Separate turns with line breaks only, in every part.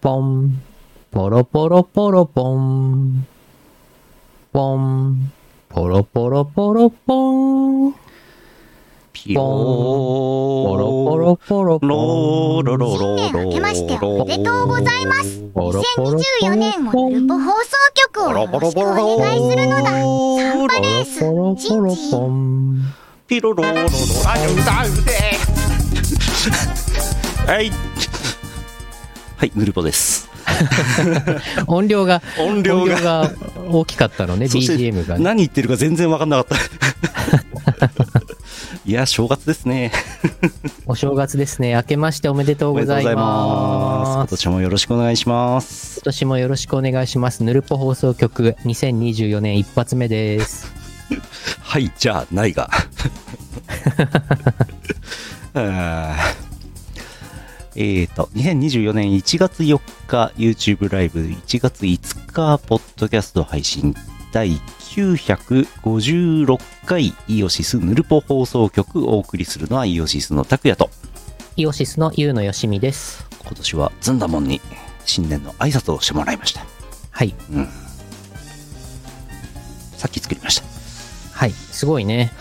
ボン、ポロポロポロポン。ボン、ポロポロポロポン。
ピロー
ポロポロポロポン。
ローロロロ
新年明けましておめでとうございます
ポロポロポロ
2024年
ポ
も
ン
ルポ放送局をよろしくお願いするのだサンバレース
ポロポロポン。
ピロロロロラジオ歌うではいはいヌルポです
音量が、
音量が
大きかったのね、
そして
BGM がね。
何言ってるか全然分かんなかった いや正月ですね
お正月ですね。明けましておめでとう
おめ
ご
でと
ざ
うご
い
ざいます
ま
今
す。
年もよろしくお願いします
今年もよろしくお願いします。ぬるぽ放送局2024年一発目です。
はいじゃあないがあー えっ、と2024年1月4日 YouTube ライブ1月5日ポッドキャスト配信第956回イオシスヌルポ放送局お送りするのはイオシスの拓也と
イオシスのゆうのよしみです。
今年はずんだもんに新年の挨拶をしてもらいました
はい。
さっき作りました
はい。すごいね。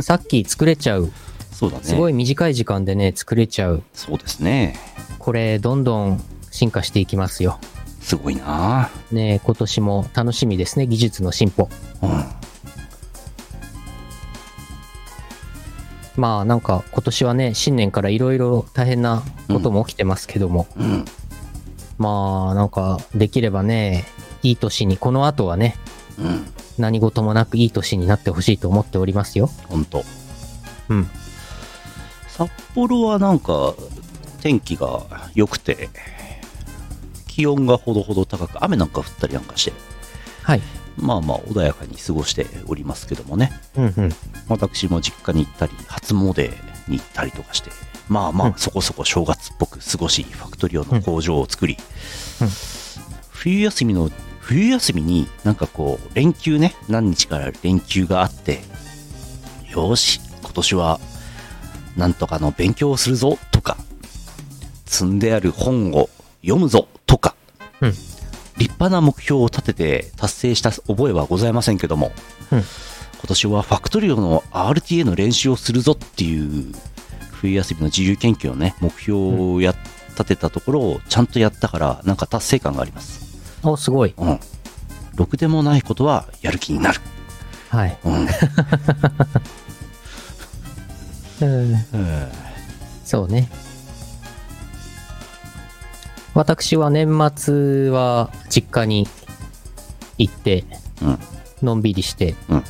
さっき作れちゃう。
そうだね
すごい短い時間でね、作れちゃう。
そうですね
これ、どんどん進化していきますよ。
すごいなあ
ねえ今年も楽しみですね。技術の進歩。
うん
まあなんか今年はね、新年からいろいろ大変なことも起きてますけども、
うん
まあなんかできればね、いい年に、この後はね、
うん
何事もなくいい年になってほしいと思っておりますよ。
本当
うん。
札幌はなんか天気が良くて気温がほどほど高く雨なんか降ったりなんかして
はい。
まあまあ穏やかに過ごしておりますけどもね
うんうん。
私も実家に行ったり初詣に行ったりとかしてまあま
うん
あそこそこ正月っぽく過ごしファクトリオの工場を作り、
うんうん
冬休みの冬休みになんかこう連休ね何日から連休があってよーし今年はなんとかの勉強をするぞとか積んである本を読むぞとか、
うん
立派な目標を立てて達成した覚えはございませんけども、
うん
今年はファクトリオの RTA の練習をするぞっていう冬休みの自由研究のね目標をやっ立てたところをちゃんとやったからなんか達成感があります
お、すごい。
うんろくでもないことはやる気になる
はい。
うん、
うん。そうね。私は年末は実家に行って、
うん
のんびりして、
うん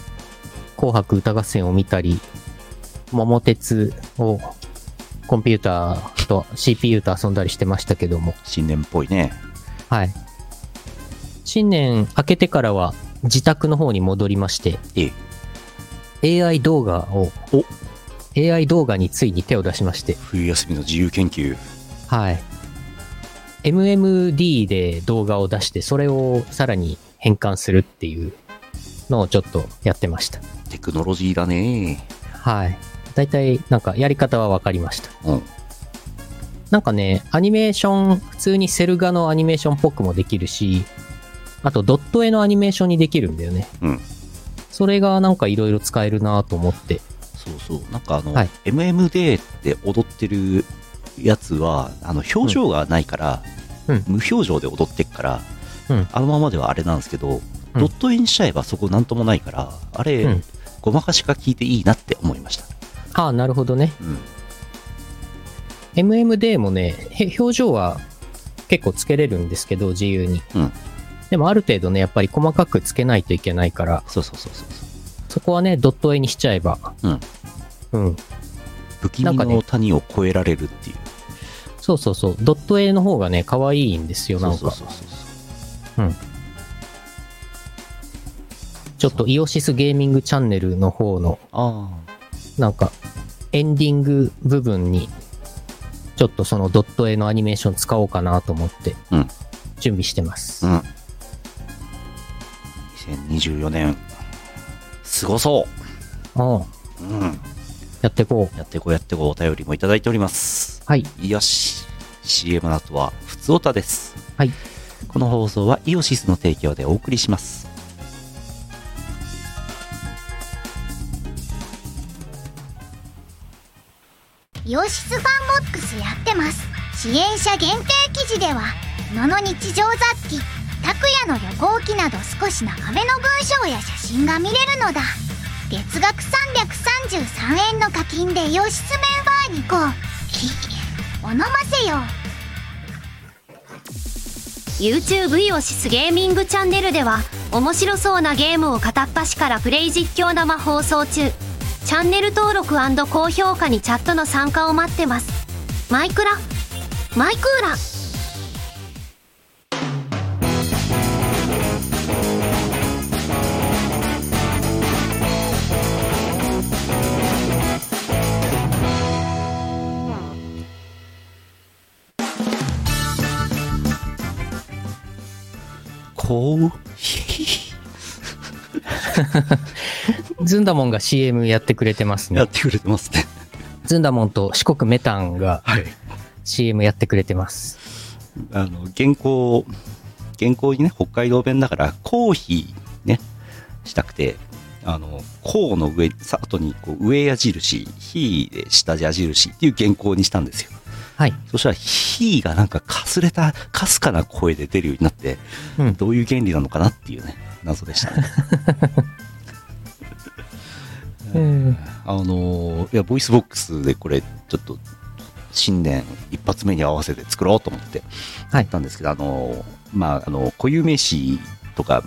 紅白歌合戦を見たり、桃鉄をコンピューターと CPU と遊んだりしてましたけども、
新年っぽいね
はい。新年明けてからは自宅の方に戻りまして、
ええ
AI 動画を、
お
AI 動画についに手を出しまして、
冬休みの自由研究
はい。MMD で動画を出して、それをさらに変換するっていうのをちょっとやってました。
テクノロジーだね
はい。大体、なんかやり方は分かりました。
うん
なんかね、アニメーション、普通にセル画のアニメーションっぽくもできるし、あとドット絵のアニメーションにできるんだよね。
うん
それがなんかいろいろ使えるなと思って。
そうそうなんかあの、
はい
MMD って踊ってるやつはあの表情がないから、
うん
無表情で踊ってっから、
うん
あのままではあれなんですけど、
うん
ドット絵にしちゃえばそこなんともないからあれ、
うん
ごまかしが効いていいなって思いました、
ああ、なるほどね。
うん、
MMD もね、へ表情は結構つけれるんですけど、自由に。
うん
でもある程度ね、やっぱり細かくつけないといけないから、
そうそうそうそうそう
そこはね、ドット絵にしちゃえば、
うん
うん。
不気
なん
味
かね
の谷を越えられるっていう
そうそうそう、ドット絵の方がね、可愛いんですよ、なんか。
そうそうそうそう
ちょっとイオシスゲーミングチャンネルの方の、
あ
なんか、エンディング部分に、ちょっとそのドット絵のアニメーション使おうかなと思って
あうん
準備してます。
うん2024年すごそ
うん、
う、うん、
やってこう。
やってこうやってこうお便りもいただいております
はい。
よし CM の後は普通つおたです。
はい。
この放送はイオシスの提供でお送りします。
イオシスファンボックスやってます支援者限定記事では物の日常雑記拓也の旅行記など少し長めの文章や写真が見れるのだ月額333円の課金でイオシスメンバーにこうお飲ませよ
YouTube イオシスゲーミングチャンネルでは面白そうなゲームを片っ端からプレイ実況生放送中チャンネル登録高評価にチャットの参加を待ってますマイクラマイクーラ
こう、
ずんだもんが CM やってくれてます
や
ね
っ。てくれてますね。
ずんだもんと四国メタンが
はい。
CM やってくれてます。
あの、原稿、原稿にね、北海道弁だから、コーヒーね、したくて、あの、コーの上、さ後にこう上矢印、ヒーで下矢印っていう原稿にしたんですよ。
はい。
そしたら、ヒーがなんかかすれた、かすかな声で出るようになって、
うん。
どういう原理なのかなっていうね、謎でしたね。
うん
あのーいや、ボイスボックスでこれ、ちょっと、新年一発目に合わせて作ろうと思って、
はい
やったんですけど、あのーまあ、あの、固有名詞とか、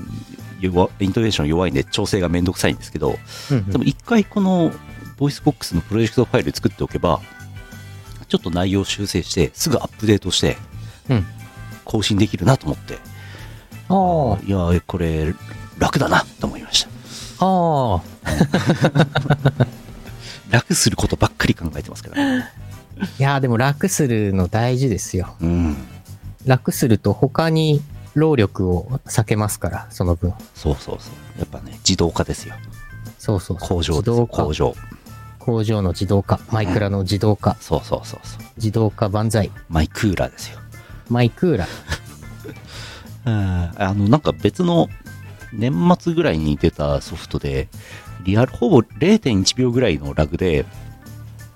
弱イントネーション弱いんで調整がめんどくさいんですけど、
うん
でも一回このボイスボックスのプロジェクトファイル作っておけば、ちょっと内容を修正して、すぐアップデートして、
うん
更新できるなと思って、
あ
いや、これ、楽だなと思いました。
あ、ああ、
楽することばっかり考えてますけ どね。
いやーでも楽するの大事ですよ。
うん。
楽すると他に労力を避けますから、その分。
そうそうそう。やっぱね、自動化ですよ。
そうそうそう。
工
自
場ですよ
動化
工。場。
工場の自動化。マイクラの自動化。
そうそうそうそう。
自動化万歳。
マイクーラーですよ。
マイクーラ。
あの、なんか別の年末ぐらいに出たソフトで、リアル、ほぼ0.1秒ぐらいのラグで、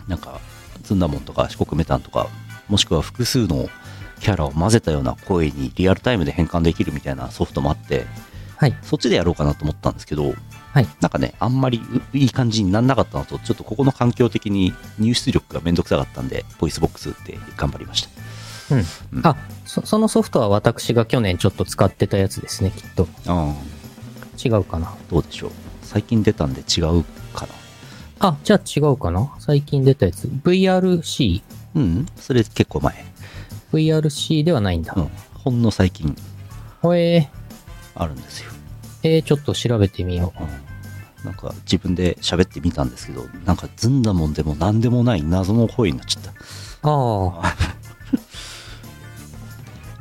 なんか、ズンダモンとか四国メタンとか、もしくは複数のキャラを混ぜたような声にリアルタイムで変換できるみたいなソフトもあって、
はい
そっちでやろうかなと思ったんですけど、
はい
なんかね、あんまりういい感じにならなかったのと、ちょっとここの環境的に入出力がめんどくさかったんで、ボイスボックスって頑張りました。
あそ、そのソフトは私が去年ちょっと使ってたやつですね、きっと。
あ
違うかな。
どうでしょう。最近出たんで違うかな。
あ、じゃあ違うかな。最近出たやつ。VRC?VRC
うん、それ結構前。
ではないんだ
う。ん、ほんの最近
ほえ
あるんですよ。
ー、えー、ちょっと調べてみよう。
うん、なんか自分で喋ってみたんですけど、なんかずんだもんでもなんでもない謎の声になっちゃった。
ああ、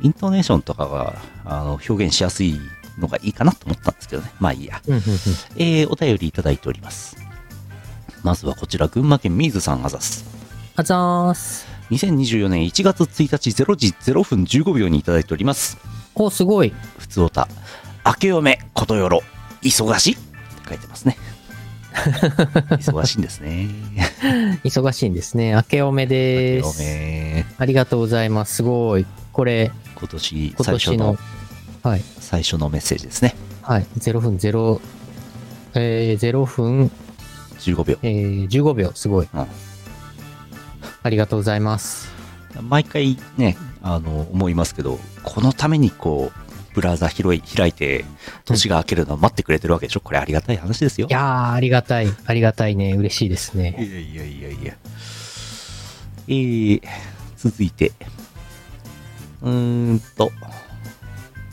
イントネーションとかがあの表現しやすいのがいいかなと思ったんですけどね。まあいいや。
うんうんうん。
えー、お便りいただいております。まずはこちら、群馬県ミーズさんあざす。
あざーす。
2024年1月1日0時0分15秒にいただいております。
お、すごい。
ふつおた、明け嫁ことよろ、忙しいって書いてますね。 忙しいんですね。
忙しいんですね。明けおめ
明け
です。
嫁、
ありがとうございます。すごい。これ、
今年
今
最初
年
の
の、はい、
最初のメッセージですね。
はい、0分0、えー、0分、
15秒。
えー、15秒。すごい。
うん
ありがとうございます。
毎回ね、あの、思いますけど、このためにこう、ブラウザ広い開いて、年が明けるのを待ってくれてるわけでしょこれありがたい話ですよ。
いやー、ありがたい。ありがたいね。嬉しいですね。
いやいやいやいや。えー、続いて。うーんと。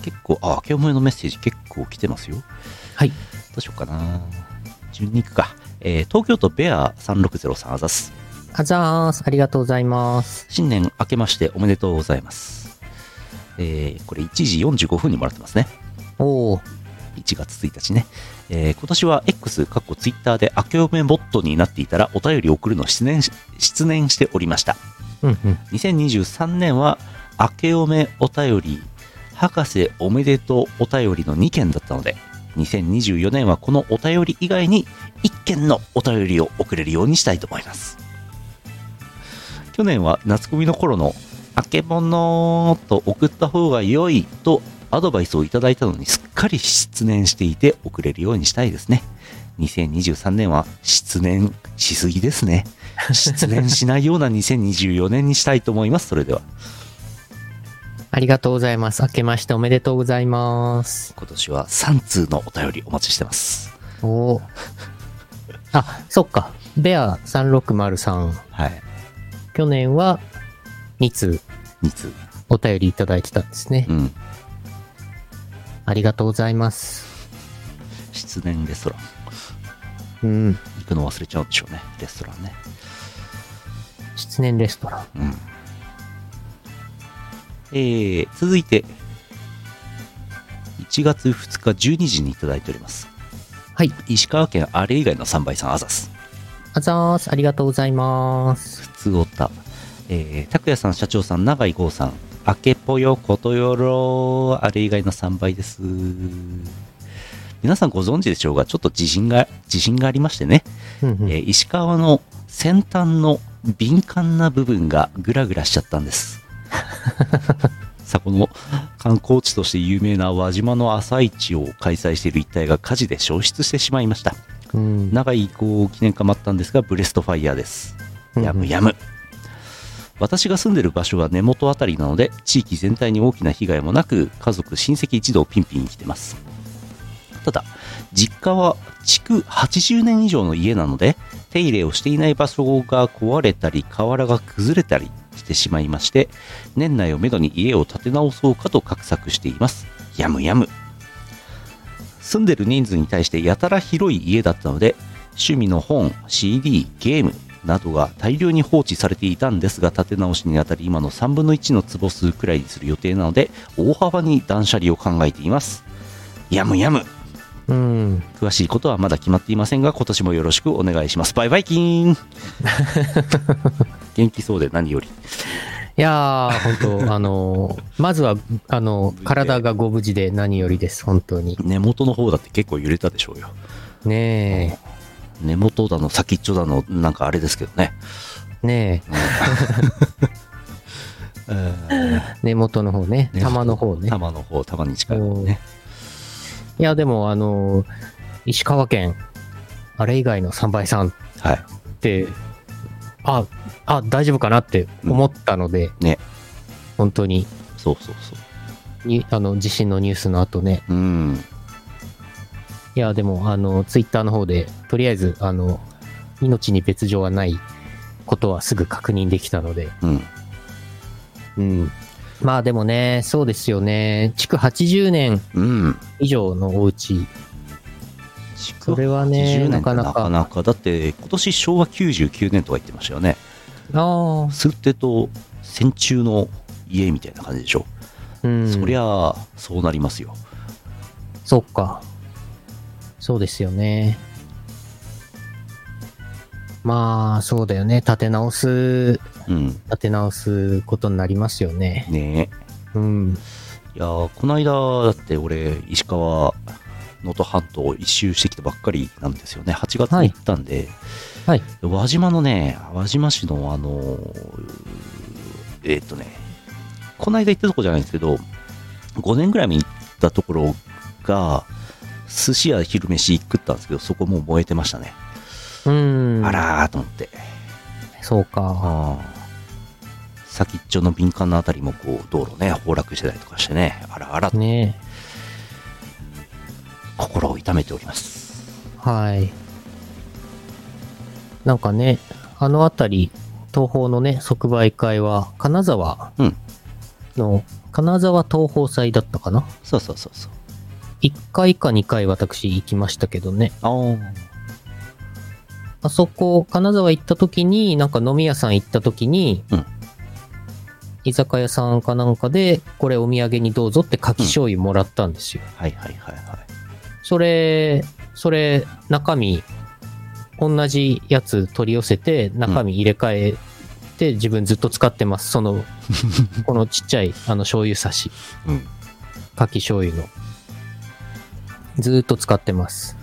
結構、あ、明けおめのメッセージ結構来てますよ。
はい。
どうしようかな。順に行くか。えー東京都ベア3603さんあざす。
あざーす。ありがとうございます。
新年明けましておめでとうございます。えーこれ1時45分にもらってますね。
おー。
1月1日ね。えー今年は X、かっこ Twitter で明けおめボットになっていたらお便りを送るのを失念し失念しておりました。
うんうん。
2023年は明けおめお便り、博士おめでとうお便りの2件だったので、2024年はこのお便り以外に1件のお便りを送れるようにしたいと思います。去年は夏コミの頃の、あけぼのと送った方が良いとアドバイスをいただいたのにすっかり失念していて送れるようにしたいですね。2023年は失念しすぎですね。失念しないような2024年にしたいと思います。それでは。
ありがとうございます。明けましておめでとうございます。
今年は3通のお便りお待ちしてます。
おお。あ、そっか。ベア3603。
はい。
去年は2通
2通。
お便りいただいてたんですね
う。ん。
ありがとうございます。
失念レストラン。
うん。
行くの忘れちゃうんでしょうね。レストランね。
失念レストラン。
うん。えー、続いて、1月2日12時にいただいております。
はい。
石川県あれ以外の3倍さんあざす。
あざーす。ありがとうございます。
普通おた。えー、拓也さん、社長さん、永井豪さん、あけぽよ、ことよろ、あれ以外の3倍です。皆さんご存知でしょうが、ちょっと自信が、自信がありましてね、
うんうん
えー石川の先端の敏感な部分がグラグラしちゃったん です。さあこの観光地として有名な輪島の朝市を開催している一帯が火事で消失してしまいました。
うん。
長い移行を記念かまったんですが、ブレストファイヤーです。
うんうん
やむやむ。私が住んでる場所は根元あたりなので、地域全体に大きな被害もなく、家族、親戚一同ピンピン来てます。ただ、実家は築80年以上の家なので、手入れをしていない場所が壊れたり、瓦が崩れたりしてしまいまして、年内をめどに家を建て直そうかと画策しています。やむやむ。住んでる人数に対してやたら広い家だったので趣味の本 CD ゲームなどが大量に放置されていたんですが建て直しにあたり今の3分の1の坪数くらいにする予定なので大幅に断捨離を考えていますやむやむ
うん。
詳しいことはまだ決まっていませんが今年もよろしくお願いしますバイバイキ ーン元気そうで何より
いやー、本当 あのーまずは、あのー体がご無事で何よりです、本当に。
根元の方だって結構揺れたでしょうよ
ね
根元だの先っちょだのなんかあれですけどね
え、ねえ、根元の方ね、
根元
玉の方ね。
玉の方玉に近い方ね
いや、でも、あのー石川県、あれ以外の3倍さんっ
はい
て、あ、あ、大丈夫かなって思ったので、
ね
本当に
そうそうそう
に、あの、地震のニュースの後ね、
うん。
いや、でも、あの、ツイッターの方で、とりあえず、あの、命に別状はないことはすぐ確認できたので、
うん。
うん。まあでもね、そうですよね。築80年
うん。
以上のお家、それはね、
80年
な
って
か
な
な
か
か。
なか。だって、今年昭和99年とか言ってましたよね。
ああ、
するってえと、戦中の家みたいな感じでしょ。
うん。
そりゃあ、そうなりますよ。
そっか。そうですよね。まあ、そうだよね。立て直す、
うん。
立て直すことになりますよね。
ね
うん。
え。いやーこの間、だって俺、石川、能登半島を一周してきたばっかりなんですよね。8月に行ったんで、
はい。
輪島のね、輪島市のあのーえーっとね、この間行ったとこじゃないんですけど、5年ぐらい前に行ったところが、寿司屋昼飯食ったんですけど、そこもう燃えてましたね。
うん。
あらーと思って。
そうか。
あー先っちょの敏感なあたりもこう、道路ね、崩落してたりとかしてね、あらあら、
ね
心を痛めております。
はい。なんかね、あの辺り、東宝のね、即売会は、金沢
うん
の、金沢東宝祭だったかな
そうそうそうそう。
?1 回か2回私行きましたけどね。
あー
あそこ、金沢行った時に、なんか飲み屋さん行った時に、
うん
居酒屋さんかなんかで、これお土産にどうぞって柿醤油もらったんですよ。
はいはいはいはい。
それ、それ、中身、同じやつ取り寄せて、中身入れ替えって自分ずっと使ってます。そ の、このちっちゃい、あの、醤油差し、
うん。
牡蠣醤油の。ずーっと使ってます。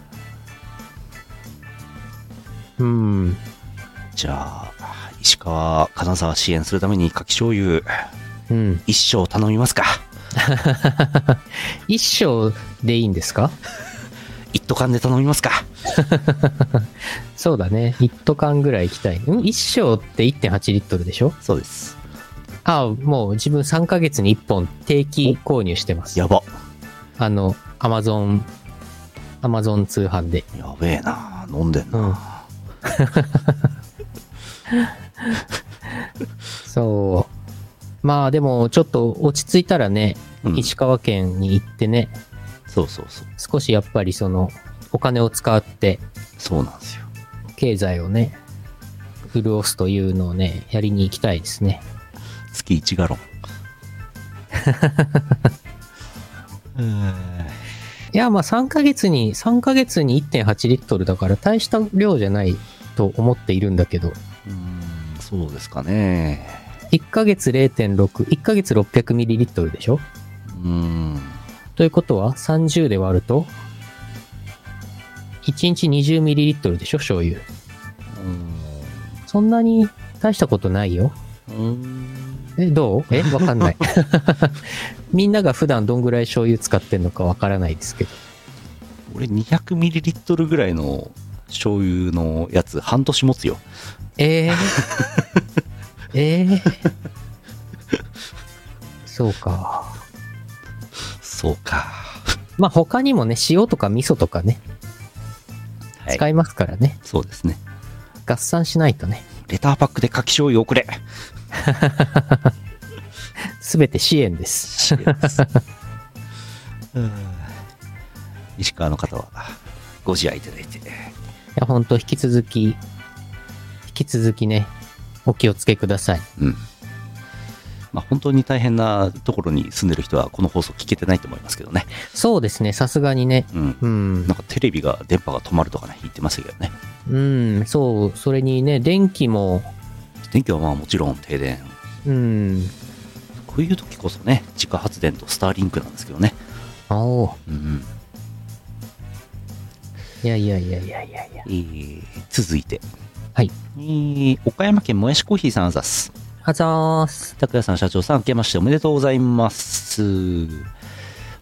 うん。
じゃあ、石川金沢支援するために柿醤油
うん。
一升頼みますか。
一升でいいんですか
一斗缶で頼みますか。
そうだね。一斗缶ぐらい行きたい。うん一升って1.8リットルでしょ
そうです。
ああ、もう自分3ヶ月に1本定期購入してます。
やば。
あの、アマゾン、アマゾン通販で。
やべえな。飲んでんな。
うんそう。まあでも、ちょっと落ち着いたらね、
うん
石川県に行ってね、
そうそうそう。
少しやっぱりその、お金を使って、
そうなんですよ。
経済をね、潤すというのをね、やりに行きたいですね。
月1ガロン。 うーん
いや、まあ3ヶ月に、3ヶ月に1.8リットルだから大した量じゃないと思っているんだけど、
うーんそうですかね。
1ヶ月0.6、1ヶ月600ミリリットルでしょ
うーん。
ということは30で割ると、1日20ミリリットルでしょ醤油。そんなに大したことないよ。
うーん。
え、どうえ、わかんない。みんなが普段どんぐらい醤油使ってんのかわからないですけど。
俺 200ml ぐらいの醤油のやつ半年持つよ。
えー、えー、そうか。
そうか。
まあ他にもね、塩とか味噌とかね、
はい
使いますからね。
そうですね。
合算しないとね、
レターパックで柿醤油送れ。
すべて支援です。
うーん石川の方はご自愛いただいて。
いや、本当引き続き、引き続きね、お気をつけください。
うん。まあ本当に大変なところに住んでる人はこの放送聞けてないと思いますけどね。
そうですね、さすがにね。
うん。
うん
な。んかテレビが電波が止まるとかね、言ってましたけどね。
うん、そう、それにね、電気も、
電気はまあもちろん停電。
うん、
こういう時こそね、自家発電とスターリンクなんですけどね。
あお
うんうん。
う。いやいやいやいやいやいや。
えー続いて。
はい。
えー岡山県もやしコーヒーさんあざっす。
あざーす。
拓也さん社長さん明けましておめでとうございます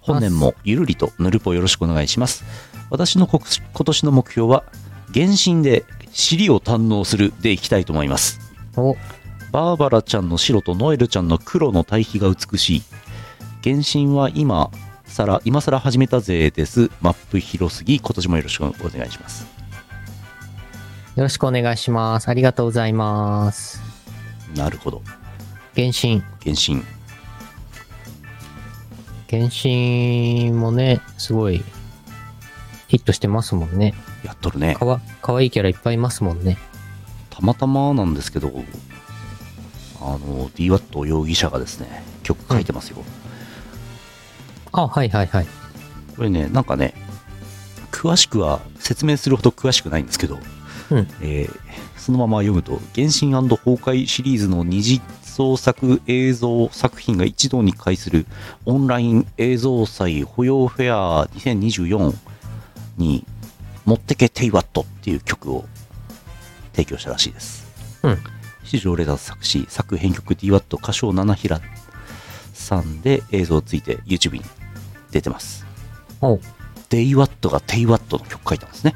本年もゆるりとぬるぽよろしくお願いします私のこ今年の目標は原神で尻を堪能するでいきたいと思います
お、
バーバラちゃんの白とノエルちゃんの黒の対比が美しい原神は今さら今さら始めたぜですマップ広すぎ今年もよろしくお願いします
よろしくお願いします。ありがとうございます。
なるほど
原神。
原神
原神もね、すごい、ヒットしてますもんね。
やっとるね
かわ、かわいいキャラいっぱいいますもんね。
たまたまなんですけど、あの、DWAT 容疑者がですね、曲書いてますよ。
あ、はいはいはい。
これね、なんかね、詳しくは、説明するほど詳しくないんですけど、
うん
えーそのまま読むと、原神崩壊シリーズの二次創作映像作品が一堂に会するオンライン映像祭保養フェア2024に、持ってけ TWAT っていう曲を提供したらしいです。
うん。
史上レタス作詞作編曲 DWAT 歌唱七平さんで映像ついて YouTube に出てます
おう
デイワットがテイワットの曲書いたんですね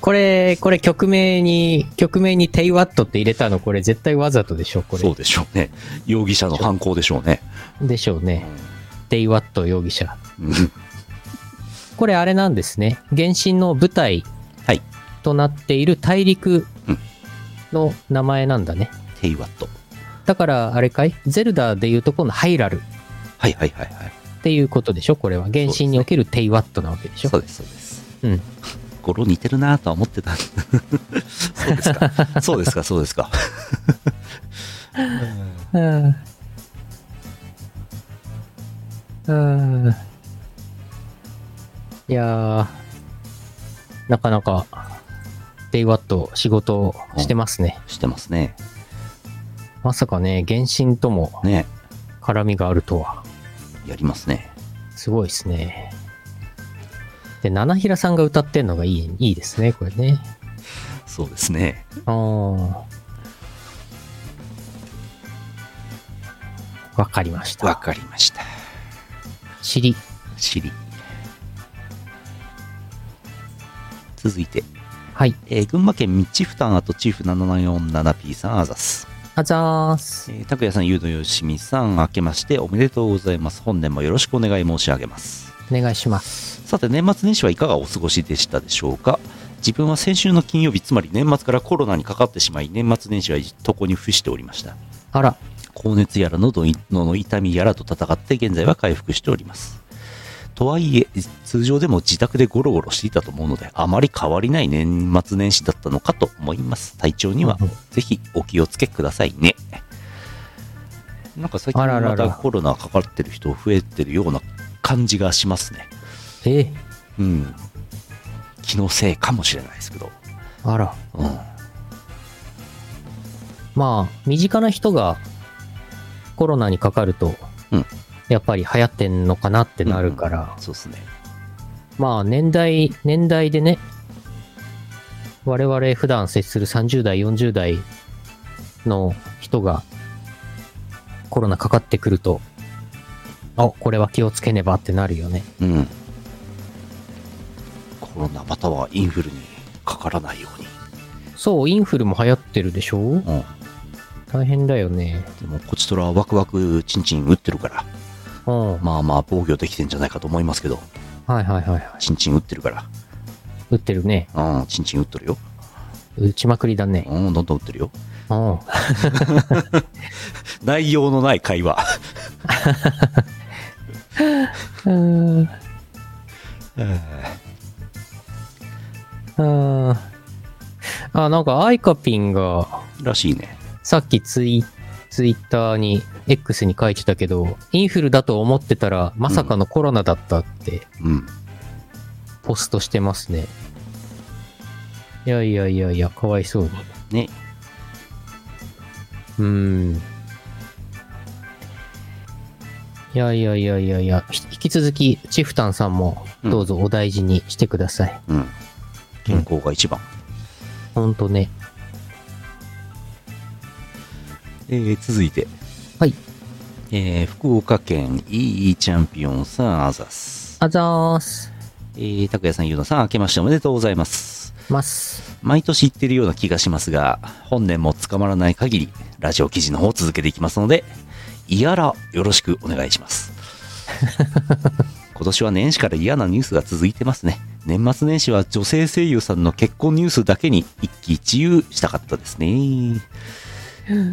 これ、これ曲名に、曲名にテイワットって入れたの、これ絶対わざとでしょ、こ
そう
れ。
でしょうね容疑者の犯行でしょうね
でしょうね。テイワット容疑者。
うん
これあれなんですね。原神の舞台
はい
となっている大陸
うん
の名前なんだね。
テイワット
だからあれかいゼルダでいうとこのハイラルっ
はいはいはいはい
ていうことでしょこれは。原神におけるテイワットなわけでしょ
そうですそうです
うん。
語呂似てるなぁとは思ってたそうですかそうですかそうですか
うん。うん。いやー、なかなかテイワット仕事をしてますね。
してますね。
まさかね、原神とも
ね
絡みがあるとは。
やりますね。
すごいですね。で、七平さんが歌ってんのがいい、いいですね、これね。
そうですね。
あーわかりまし
わ
た。
かりました。
知り。
シリ。続いて、
はい。
えー群馬県ミッチフタンあとチーフ 7747P さんあざす。
あざーす。
えー、拓也さん、ゆうのよしみさん、明けましておめでとうございます。本年もよろしくお願い申し上げます。
お願いします。
さて年末年始はいかがお過ごしでしたでしょうか自分は先週の金曜日つまり年末からコロナにかかってしまい年末年始は床に伏しておりました
あら、
高熱やら喉の痛みやらと戦って現在は回復しておりますとはいえ通常でも自宅でゴロゴロしていたと思うのであまり変わりない年末年始だったのかと思います体調には
うん
ぜひお気をつけくださいねなんか最近
あららら
またコロナかかってる人増えてるような感じがしますね
えー
うん、気のせいかもしれないですけど、
あら。
うん、
まあ、身近な人がコロナにかかると、
うん
やっぱり流行ってんのかなってなるから、
そうですね、
まあ、年代、年代でね、我々普段接する30代、40代の人がコロナかかってくると、あ、これは気をつけねばってなるよね。
うん、コロナまたはインフルにかからないよ
そう、インフルも流行ってるでしょ
うに、うん、
大変だよね。
でもこちとらはワクワクチンチン打ってるから
うん。はい
まあまあ防御できてんじゃないかと思いますけど
はいはいはい。
チンチン打ってるか
打ってるね。
ら、うん、チンチン打ってるよ、
打ちまくりだね。
うん、どんどん打ってるよ
うん。
内容のない会話
うん。うん。あ、なんか、アイカピンが、
らしいね
さっきツイツイッターに、X に書いてたけど、インフルだと思ってたら、まさかのコロナだったって、
うん
ポストしてますね。いやいやいやいや、かわいそうに。
ね
うーん。いやいやいやいやいや、ひ引き続き、チフタンさんも、どうぞお大事にしてください。
うん健康が一番、
ほんとね。
えー続いて
はい
えー福岡県 EE チャンピオンさんあざす
あざーす。
えー、拓也さん、ゆうのさん、明けましておめでとうございます。
ます。
毎年言ってるような気がしますが、本年も捕まらない限り、ラジオ記事の方を続けていきますので、いやら、よろしくお願いします。今年は年始から嫌なニュースが続いてますね。年末年始は女性声優さんの結婚ニュースだけに一喜一憂したかったですね。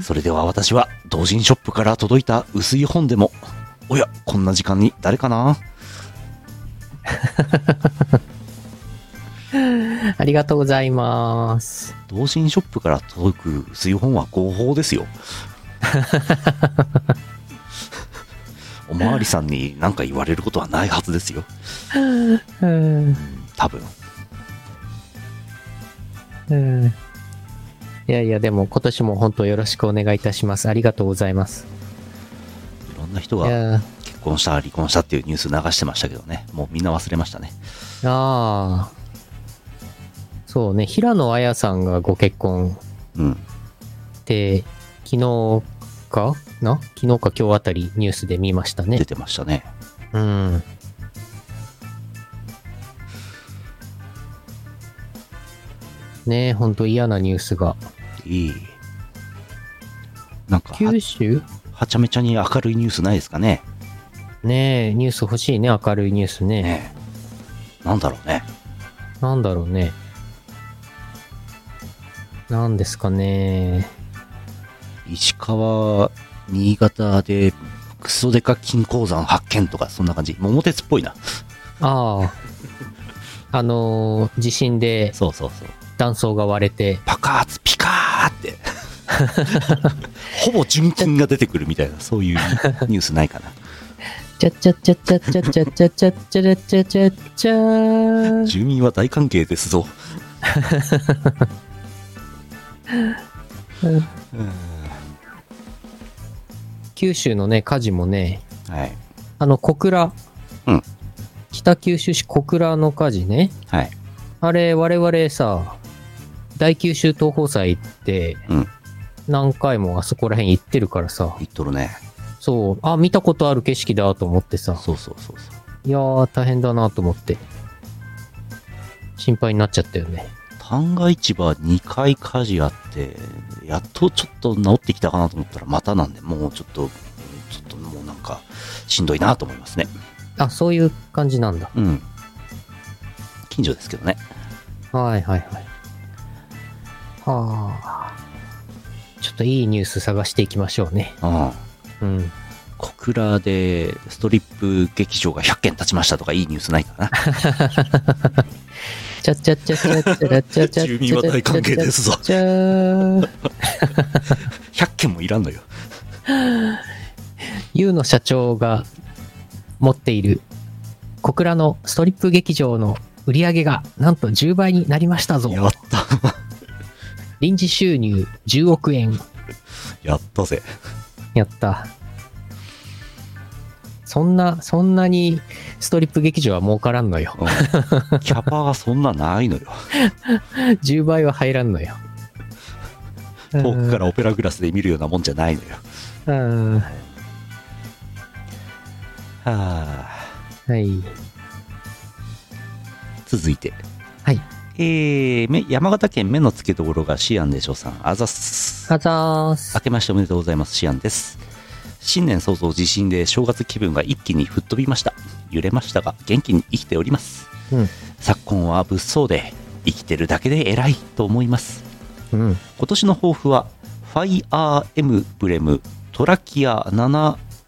それでは私は同人ショップから届いた薄い本でも、おや、こんな時間に誰かな
ありがとうございます。
同心ショップから届く水本は合法です よおまわりさんに何か言われることはないはずですよ
うん。
多分
うんいやいや、でも今年も本当よろしくお願いいたします。ありがとうございます。
いろんな人
い
が
やー
結婚した離婚したっていうニュース流してましたけどねもうみんな忘れましたね
ああ。そうね、平野綾さんがご結婚
うん
って、昨日かな昨日か今日あたりニュースで見ました
出
ね。
てましたね
うん。ねえ、ほんと嫌なニュースが。
いいなんかは
九州
はちゃめちゃに明るいニュースないですかね
ねえ、ニュース欲しいね、明るいニュースね
ねえなんだろうね
なんだろうね。なんですかね。
石川新潟でクソデカ金鉱山発見とかそんな感じ桃鉄っぽいな
ああ。あのー地震で
そうそうそう
断層が割れて、
パカーツピカーって ほぼ純金が出てくるみたいなそういうニュースないかな
ちゃっちゃっちゃっちゃっちゃっちゃっちゃっちゃっちゃっちゃっちゃっちゃー
住民は大歓迎ですぞ
九州のね、火事もね、
はい。
あの、小倉。
うん
北九州市小倉の火事ね。
はい。
あれ、我々さ、大九州東宝祭って
うん、
何回もあそこら辺行ってるからさ、
言っとるね。
そう、あ、見たことある景色だと思ってさ、
そうそうそうそう。
いやー、大変だなと思って、心配になっちゃったよね。
旦過市場2回火事あって、やっとちょっと治ってきたかなと思ったらまたなんで、もうちょっと、ちょっともうなんか、しんどいなと思いますね。
あ、そういう感じなんだ。
うん。近所ですけどね。
はいはいはい。はあ。ちょっといいニュース探していきましょうね。
うん。
うん。
小倉でストリップ劇場が100件立ちましたとかいいニュースないか な。
ちゃっちゃっちゃっちゃっちゃっちゃっちゃっちゃっ
住民は大歓迎ですぞ
ちゃーん。
100件もいらんのよ。
ユーの社長が持っている小倉のストリップ劇場の売り上げがなんと10倍になりましたぞ。
やった。
臨時収入10億円。
やったぜ。
やった。そんな、そんなにストリップ劇場は儲からんの よ。
うんキャパがそんなないのよ。
10倍は入らんのよ。
遠くからオペラグラスで見るようなもんじゃないのよ。
うん。うん
はあ、
はい。
続いて。
はい。
えー、め山形県目の付けどころがシアンでしょさん。あざっす。
あざーす
明。けましておめでとうございます。シアンです。新年早々地震で正月気分が一気に吹っ飛びました。揺れましたが、元気に生きております。
うん。
昨今は物騒で、生きてるだけで偉いと思います。
うん。
今年の抱負はファイアーエムブレムトラキア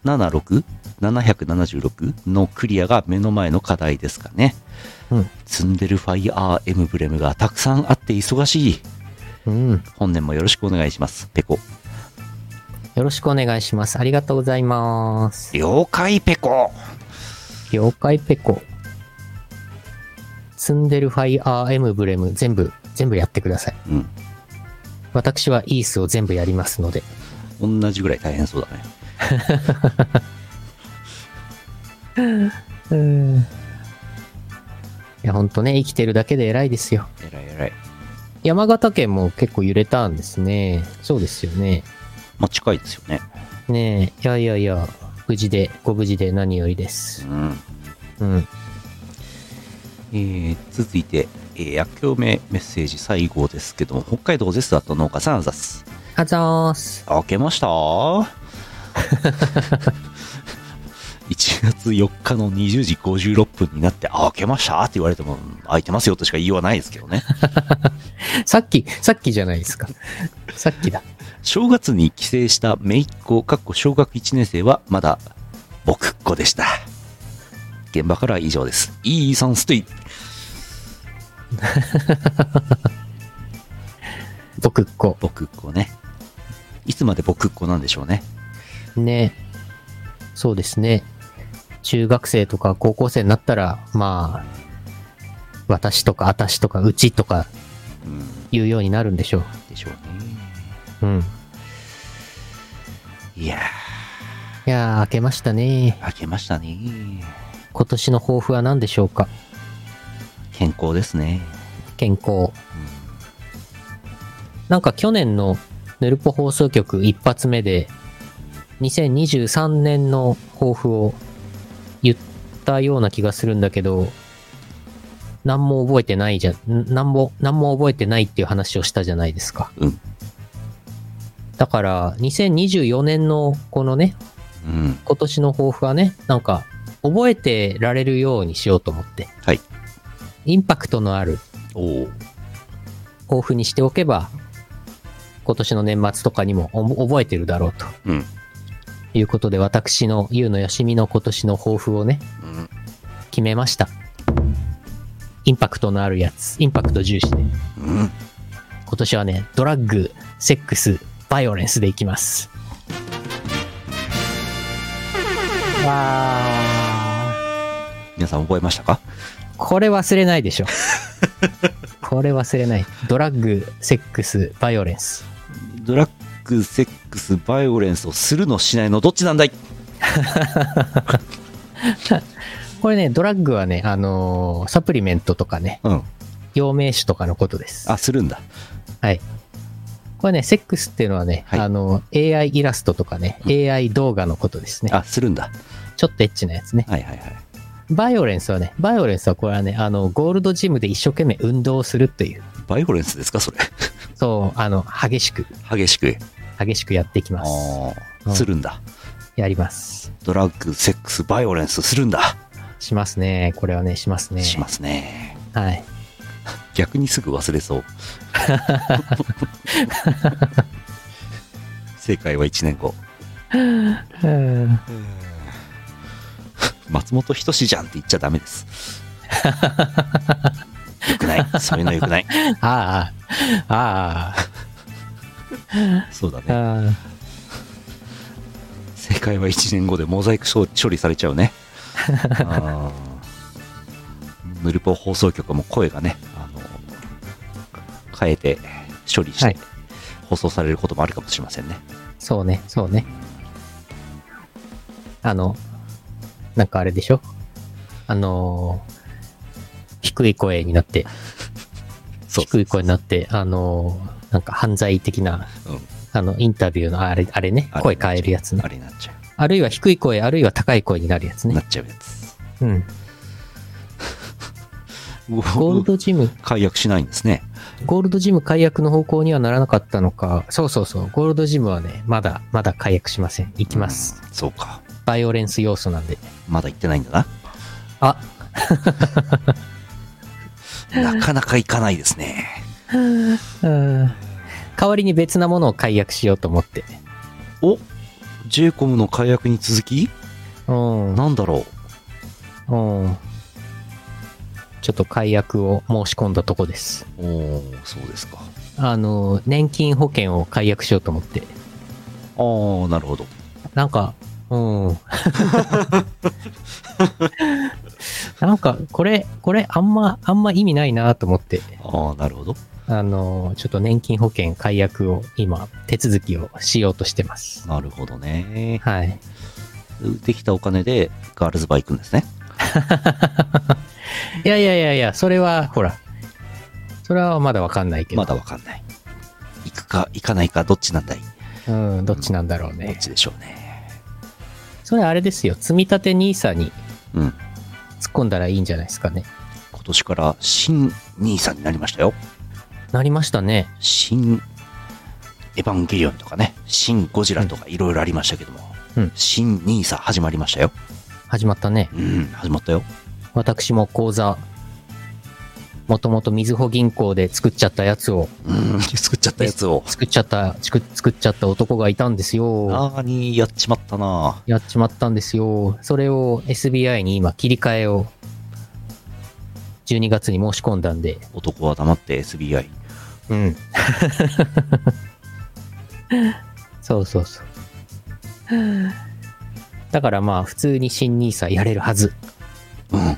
776776のクリアが目の前の課題ですかね、
うん
積んでるファイアーエムブレムがたくさんあって忙しい
うん。
本年もよろしくお願いしますペコ
よろしくお願いします。ありがとうございます。
了解ペコ
了解ペコ。積んでるファイアーエムブレム全部、全部やってください。
う
私はイースを全部やりますので。
ん同じぐらい大変そうだね
うん。いや、ほんとね、生きてるだけで偉いですよ。
えらいえらい
山形県も結構揺れたんですね。そうですよね。
まあ近いですよね
ねえ、いやいやいや、無事で、ご無事で何よりです
う。ん
うん。
えー続いて、えー、薬莢名メッセージ最後ですけども北海道ゼスだと農家さんあざっす
あざーす。
開けました ?1 月4日の20時56分になって、あ開けましたって言われても、開いてますよとしか言いようはないですけどね。
さっき、さっきじゃないですか。さっきだ。
正月に帰省した姪っ子、かっこ小学1年生はまだ僕っ子でした。現場からは以上です。いいさんステイ
僕っ子。
僕っ子ね。いつまで僕っ子なんでしょうね。
ね。そうですね。中学生とか高校生になったら、まあ、私とか私とかうちとか
うん、
言うようになるんでしょ
でしょうね。
う。うん。
いや
いやー、明けましたね
ー、。開けましたね。
今年の抱負は何でしょうか
健康ですね。
健康。なんか去年のヌルポ放送局一発目で、2023年の抱負を言ったような気がするんだけど、何も覚えてないじゃん、何も、何も覚えてないっていう話をしたじゃないですか。
うん。
だから、2024年のこのね、
うん。
今年の抱負はね、なんか、覚えてられるようにしようと思って、
はい。
インパクトのある
おお。
抱負にしておけば、今年の年末とかにもお覚えてるだろうと
うん。
いうことで、私の、ゆうのよしみの今年の抱負をね、
うん
決めました。インパクトのあるやつ、インパクト重視で。
うん。
今年はね、ドラッグ、セックス、バイオレンスでいきます。わー。
皆さん覚えましたか
これ忘れないでしょ。これ忘れない。ドラッグ、セックス、バイオレンス。
ドラッグ、セックス、バイオレンスをするのしないのどっちなんだい
これね、ドラッグはね、あのーサプリメントとかね、
うん。
陽明酒とかのことです。
あ、するんだ。
はい。これね、セックスっていうのはね、
はい
あの、AI イラストとかね、AI 動画のことですね。
あ、するんだ。
ちょっとエッチなやつね。
はいはいはい。
バイオレンスはね、バイオレンスはこれはね、あの、ゴールドジムで一生懸命運動をするという、
バイオレンスですかそれ。
そう、あの、激しく、
激しく。
激しくやっていきます。
あ
う
あ、
ん
するんだ。
やります。
ドラッグ、セックス、バイオレンスするんだ。
しますね。これはね、しますね。
しますね。
はい。
逆にすぐ忘れ そう。正解は1年後。
うん
松本人志じゃんって言っちゃダメです。よくない。そういうのよくない。
ああ、あ
そうだ
あ、
ね。
あ
正解は1年後でモザイク処処理されちゃうね。あーヌルポ放送局も声がね、あの変えて処理し
は
て
い
放送されることもあるかもしれませんね。
あ、そうね、そうね。あの、なんかあれでしょあのー低い声になって、
そう
低い声になって、あのーなんか犯罪的な、
うん
あの、インタビューのあれ、あれね、
あれ
声変えるやつね
あ。れになっちゃう。
あるいは低い声、あるいは高い声になるやつ
な
ね。
っちゃうやつ。
うん。
ゴ
ゴールドジム、
解約しないんですね。
ゴールドジム解約の方向にはならなかったのか、そうそうそう、ゴールドジムはね、まだ、まだ解約しません。行きます。
そうか。
バイオレンス要素なんで。
まだ行ってないんだな。
あ、
なかなか行かないですね。
うん代わりに別なものを解約しようと思って。
お j コムの解約に続き
うん。
なんだろ
うん。ちょっと解約を申し込んだとこです。
う。おーそうですか。
あの、年金保険を解約しようと思って。
ああ、なるほど。
なんか、 うん。なんか、これ、これ、あんま、あんま意味ないなと思って、
ああ、なるほど。
あの、ちょっと年金保険解約を今、手続きをしようとしてます。
なるほどね。
はい。
できたお金でガールズバー行くんですね。
いやいやいやいや、それは、ほら、それはまだわかんないけど、
まだわかんない。行くか行かないかどっちなんだい
うん、どっちなんだろう
どっ
ね。
ちでしょうね。
それあれですよ、積み立て NISA に
うん。
突っ込んだらいいんじゃないですかね。
今年から新兄さんになりましたよ。
なりましたね。
新エヴァンゲリオンとかね、新ゴジラとかいろいろありましたけども、
うん
新ニーサ始まりましたよ。
始まったね。
うん、始まったよ。
私も口座、もともとみずほ銀行で作っちゃったやつを、
うん、 作っちゃったやつを。
作っちゃった、作作っちゃった男がいたんですよ。
あーにやっちまったな
やっちまったんですよ。それを SBI に今切り替えを12月に申し込んだんで、
男は黙って SBI。
うん。 そうそうそう。だからまあ普通に新ニーサやれるはず。
うん。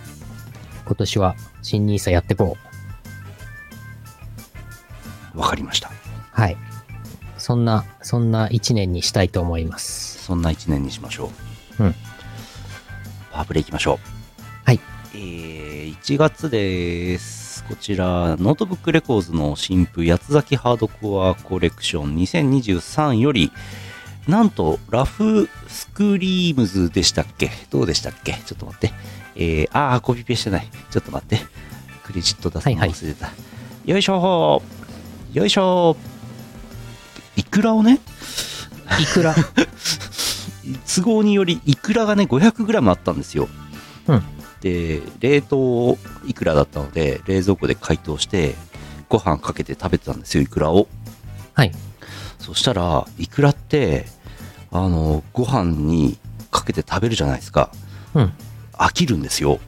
今年は新ニーサやってこ
わかりました。
う。はい。そんな、そんな一年にしたいと思います。
そんな一年にしましょう。
うん。
パワープレイ行きましょう。
はい。
えー、1月です。こちら、ノートブックレコーズの新譜、八つ咲きハードコアコレクション2023より、なんと、ラフスクリームズでしたっけどうでしたっけちょっと待って。えー、あー、コピペしてない。ちょっと待って。クレジット出すの
はいはい
忘れてた。よいしょーよいしょーいくらをね、
いく ら
都合によりイクラがね 500g あったんですよ、
うん
で冷凍イクラだったので冷蔵庫で解凍してご飯かけて食べてたんですよイクラを
はい。
そしたらイクラってあのご飯にかけて食べるじゃないですか
うん。
飽きるんですよ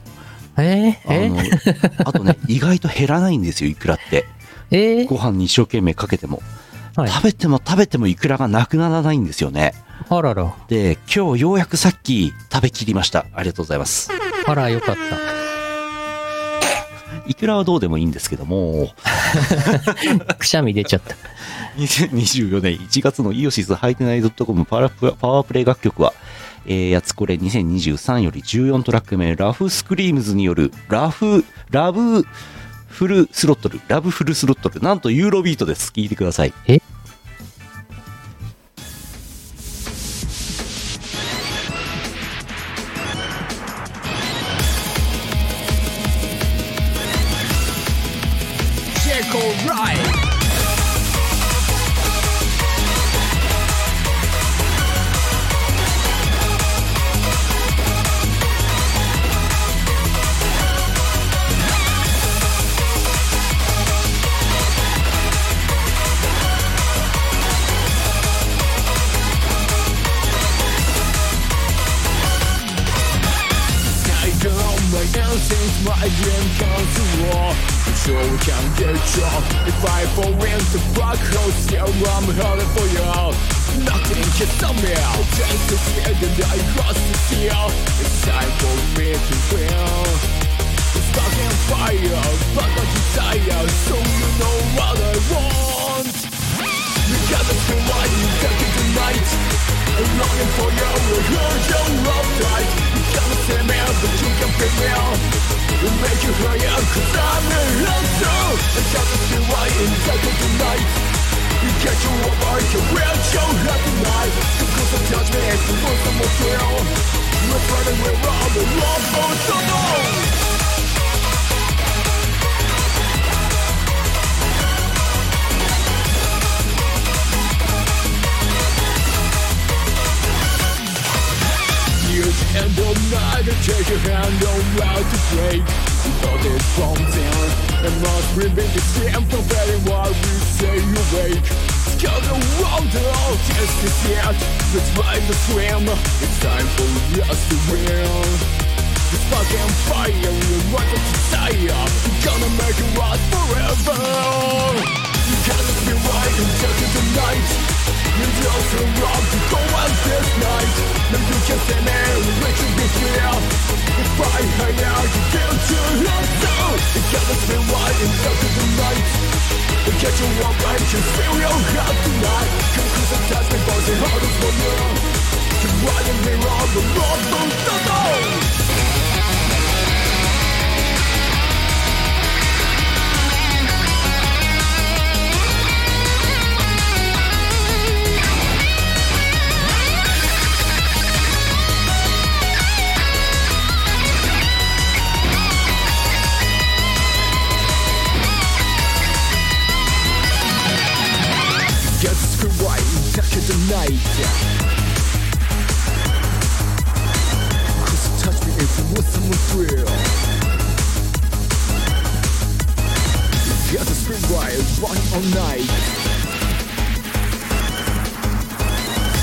えー、
あ
え
の あとね意外と減らないんですよイクラって
ええ
ご飯に一生懸命かけても、
ーはい。
食べても食べてもイクラがなくならないんですよね
あらら。
で今日ようやくさっき食べきりましたありがとうございます
あら、よかっ
いくらはどうでもいいんですけども、
くしゃみ出ちゃった。
2024年1月のイオシスハイテナイドットコムパワープレイ楽曲は、えー、やつこれ2023より14トラック目、ラフスクリームズによる、ラフ、ラブフルスロットル、ラブフルスロットル、なんとユーロビートです。聞いてください。
I don't right now since my dream comes to war I'm sure we can get drunk If I fall into black holes Yeah, I'm headed for you Nothing can stop me I'll take the fear that I cross the seal It's time for me to win It's fucking fire But my desire So you know what I want We got the light, we got the tonight I'm longing for you, we're your love light You can't see me, but you can feel me We make you higher, cause I'm a loser I got the light, we got the tonight You get your love light, you will show love tonight The cause of judgment, the most of my thrill We're fighting, we're all the love for someone years and all night I take your hand on how to break All this from down and must remain the same from very what we say awake Scout the world all just to yet Let's find the swim It's time for us to win This fucking fire will rock the desire We're gonna make it last forever You gotta be right and take it tonight you just a rock to go out this night Now you can stand there and let you be clear If I hang out, you feel too love now You gotta spend light and dark in the night And get your walk right, you feel your heart tonight Come close and touch me, boys, it's harder for you Keep riding me on the road, don't stop now. Guess who I attack at the night Cause you touch me if you want someone thrill Guess the spirit right running all night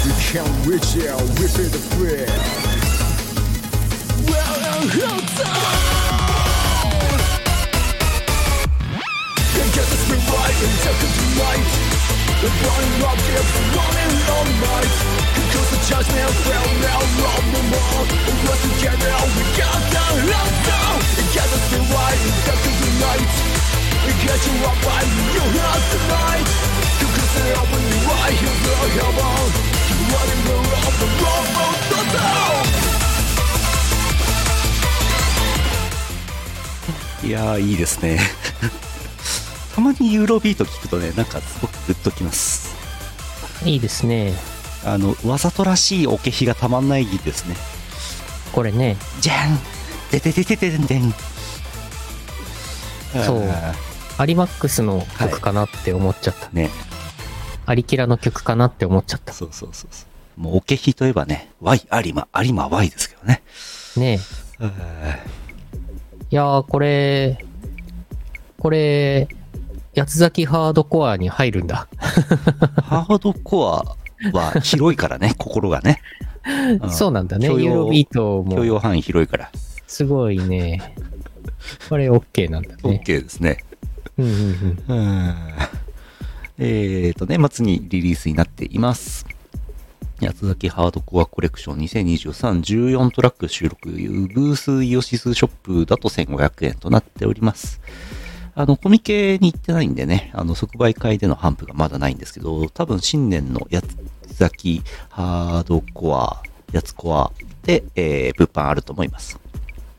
We can't reach out, we feel the thrill Well, I'm hooked on and get this me right and take it tonight The burning up is running all night Because the judgment fell now on the wall And once again now we got the love now And get this me right and take it tonight And get you up by your heart tonight You can stay up when you right here, girl, come on Keep running around the road, road, road, road.
いやー、いいです ね。たまにユーロビート聞くとね、なんかすごくグッときます。
いいですね。
あの、わざとらしいおけひがたまんないですね。
これね、
じゃんでててててんてん。
そう
あ
アリマックスの曲かなって思っちゃった。
ーね、
アリキラの曲かなって思っちゃった。
そうそうそうそう。もうおけひといえばね、Y 有馬、有馬 Y ですけどね。
ね
あ
え。いやー、これ、これ、八つ咲きハードコアに入るんだ。
ーハードコアは広いからね、 心がね。ん
そうなんだね。ユ
許容
ーロビート
許
も、
容範囲広いから、
すごいね。これ OK なんだね。
OK ですね。
うんうんうん。
うんえーと、年末にリリースになっています。八つ崎ハードコアコレクション2023 14トラック収録、ブースイオシスショップだと1500円となっております。あの、コミケに行ってないんでね、あの、即売会での販布がまだないんですけど、多分新年の八つ崎ハードコア、八つコアで、えー、物販あると思います。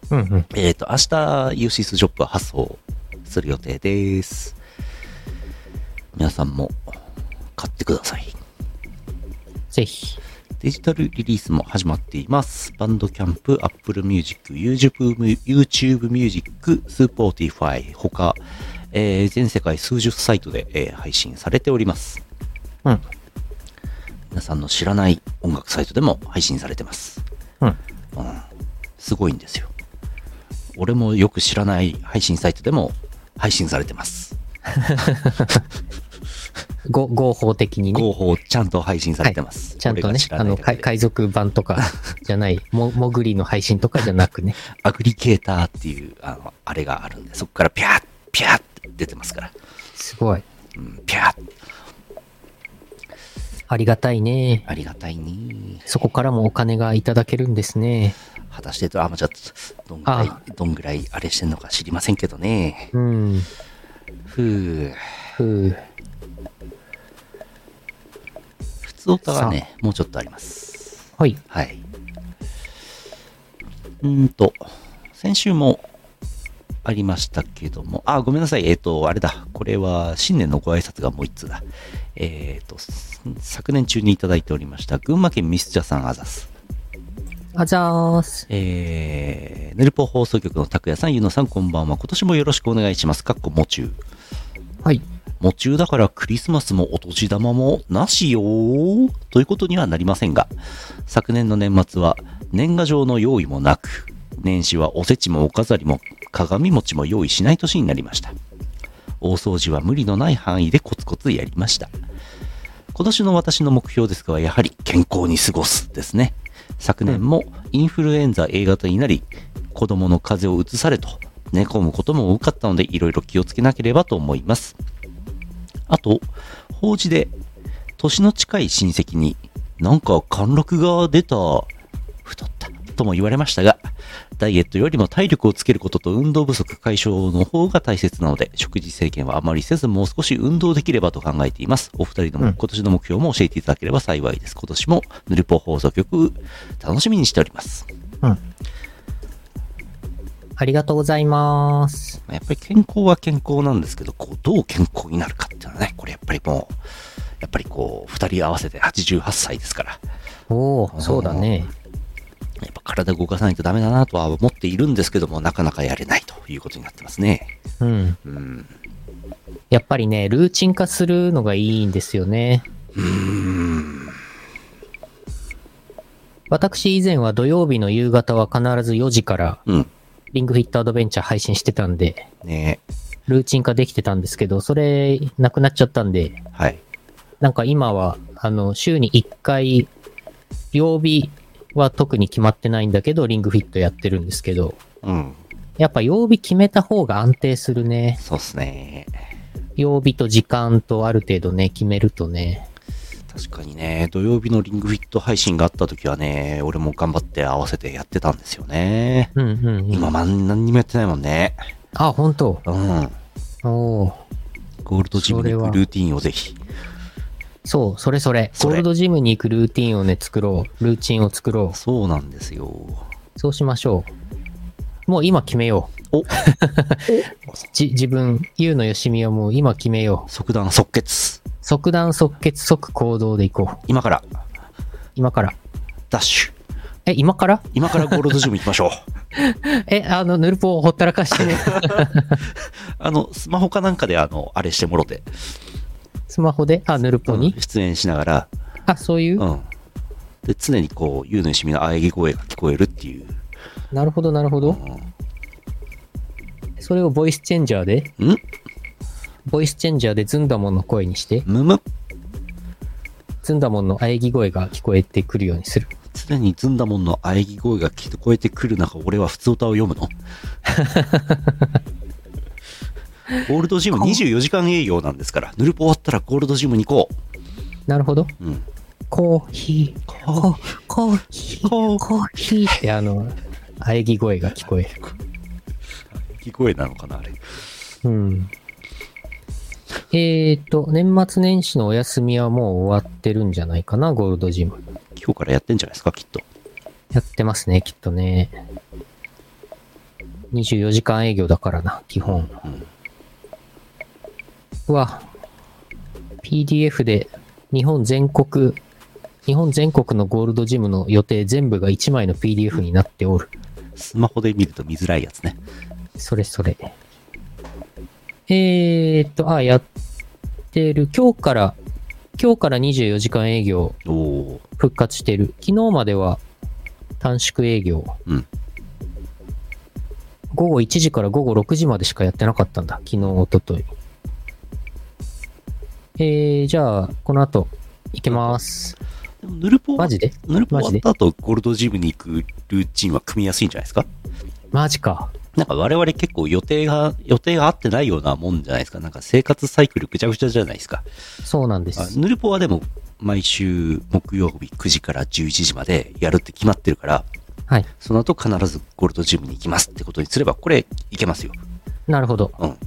うんうん。
えっ、と、明日、イオシスショップは発送する予定です。皆さんも買ってください。
ぜひ。
デジタルリリースも始まっています。バンドキャンプ、Apple Music、YouTube YouTube Music、Spotify、他、えー全世界数十サイトで、えー配信されております。
うん。
皆さんの知らない音楽サイトでも配信されてます。
うん。
うん、すごいんですよ。俺もよく知らない配信サイトでも配信されてます。
ご合法的にね。
合法ちゃんと配信されてます。
ちゃんとね
俺が知、
あ
らない
の、
だけ
か
で
海賊版とかじゃない、 も、もぐりの配信とかじゃな くね。
アグリゲーターっていう、あの、あれがあるんで、そこからピャッ、ピャッって出てますから。
すごい。
うん、ピャッ。
ありがたいね。
ありがたいね。
そこからもお金がいただけるんですね。
果たしてと、あ、まあ、じゃあどんぐらい
あ、
どんぐらいあれしてんのか知りませんけどね。
うん。
ふう
ふう。
普通歌はね、もうちょっとあります。
はい。
はい。うーんと、先週もありましたけども、あ、ごめんなさい。えっ、と、あれだ。これは新年のご挨拶がもう一通だ。えっ、と、す昨年中にいただいておりました、群馬県ミスチャさんアザス。
あざーす。
えー、ヌルポ放送局の拓也さん、ゆのさん、こんばんは。今年もよろしくお願いします。かっこもちゅう。
はい。
もちゅうだからクリスマスもお年玉もなしよーということにはなりませんが、昨年の年末は年賀状の用意もなく、年始はおせちもお飾りも鏡餅も用意しない年になりました。大掃除は無理のない範囲でコツコツやりました。今年の私の目標ですが、やはり健康に過ごすですね。昨年もインフルエンザ A 型になり、子供の風邪を移されと、寝込むことも多かったので、いろいろ気をつけなければと思います。あと、法事で、年の近い親戚に、なんか貫禄が出た、太った、とも言われましたが、ダイエットよりも体力をつけることと運動不足解消の方が大切なので、食事制限はあまりせず、もう少し運動できればと考えています。お二人の
う
も
ん
今年の目標も教えていただければ幸いです。今年もヌルポ放送局、楽しみにしております。
ありがとうございます。
まあやっぱり健康は健康なんですけど、こう、どう健康になるかっていうのはね、これやっぱりもう、やっぱりこう、二人合わせて88歳ですから、
おお、そうだね。
やっぱ体動かさないとダメだなとは思っているんですけども、なかなかやれないということになってますね。
うん。
うん。
やっぱりね、ルーチン化するのがいいんですよね。私以前は土曜日の夕方は必ず4時から
うん。
リングフィットアドベンチャー配信してたんで、
ね
ルーチン化できてたんですけど、それなくなっちゃったんで、
え。はい。
なんか今は、あの、週に1回、曜日は特に決まってないんだけど、リングフィットやってるんですけど、
うん。
やっぱ曜日決めた方が安定するね。
そうっすね。
曜日と時間とある程度ね、決めるとね。
確かにね、土曜日のリングフィット配信があった時はね、俺も頑張って合わせてやってたんですよね。
うんうんうん。
今、まん、何にもやってないもんね。
あ、本当
うん。
おおー。
ゴールドジムに行くルーティンをぜひ。
そう、それそれ。
そ
ゴ
れ
ールドジムに行くルーティンをね、作ろう。ルーチンを作ろ
そうなんですよ。
う。そうしましょう。もう今決めよう。
お
じ、自分、ゆうのよしみをもう今決めよう。
即断即決。
即断即決即行動でいこう。
今から、
今から。
ダッシュ。
え、今から
今からゴールドジム行きましょう。
え、あの、ヌルポをほったらかして、
あの、スマホかなんかで、あの、あれしてもろて。
スマホで、あ、ヌルポに
うん、出演しながら、
あ、そういう、
うん。で、常にこう、ゆうのよしみの喘ぎ声が聞こえるっていう。
なるほど、なるほど。それをボイスチェンジャーで、
うん
ボイスチェンジャーでズンダモンの声にして、
むむ
ズンダモンの喘ぎ声が聞こえてくるようにする。
常にずんだもんの喘ぎ声が聞こえてくる中、俺は普通歌を 読むのゴールドジム24時間営業なんですから、ぬるぽ終わったらゴールドジムに行こ
なるほど。
う。うん。
コーヒー、コー、コーヒー、コーヒーってあの、喘ぎ声が聞こえる。
聞こえなのかな、あれ。
うん。えーっと、年末年始のお休みはもう終わってるんじゃないかな、ゴールドジム。
今日からやってんじゃないですか、きっと。
やってますね、きっとね。24時間営業だからな、基本。は、PDF で日本全国、日本全国のゴールドジムの予定全部が1枚の PDF になっておる。
スマホで見ると見づらいやつね。
それそれ。えーっと、あ、やってる。今日から、今日から24時間営業
おお。
復活してる。昨日までは短縮営業。
うん
午後1時から午後6時までしかやってなかったんだ。昨日、おととい。えー、じゃあ、この後、行けます。
でもヌルポは
マジで
ヌルポ
マジ
終わっ
で
た後、ゴールドジムに行くルーチンは組みやすいんじゃないですか
マジか。
なんか我々結構予定が、予定が合ってないようなもんじゃないですか。なんか生活サイクルぐちゃぐちゃじゃないですか。
そうなんで
あ
す。
ヌルポはでも毎週木曜日9時から11時までやるって決まってるから、
はい。
その後必ずゴールドジムに行きますってことにすれば、これいけますよ。
なるほど。
うん。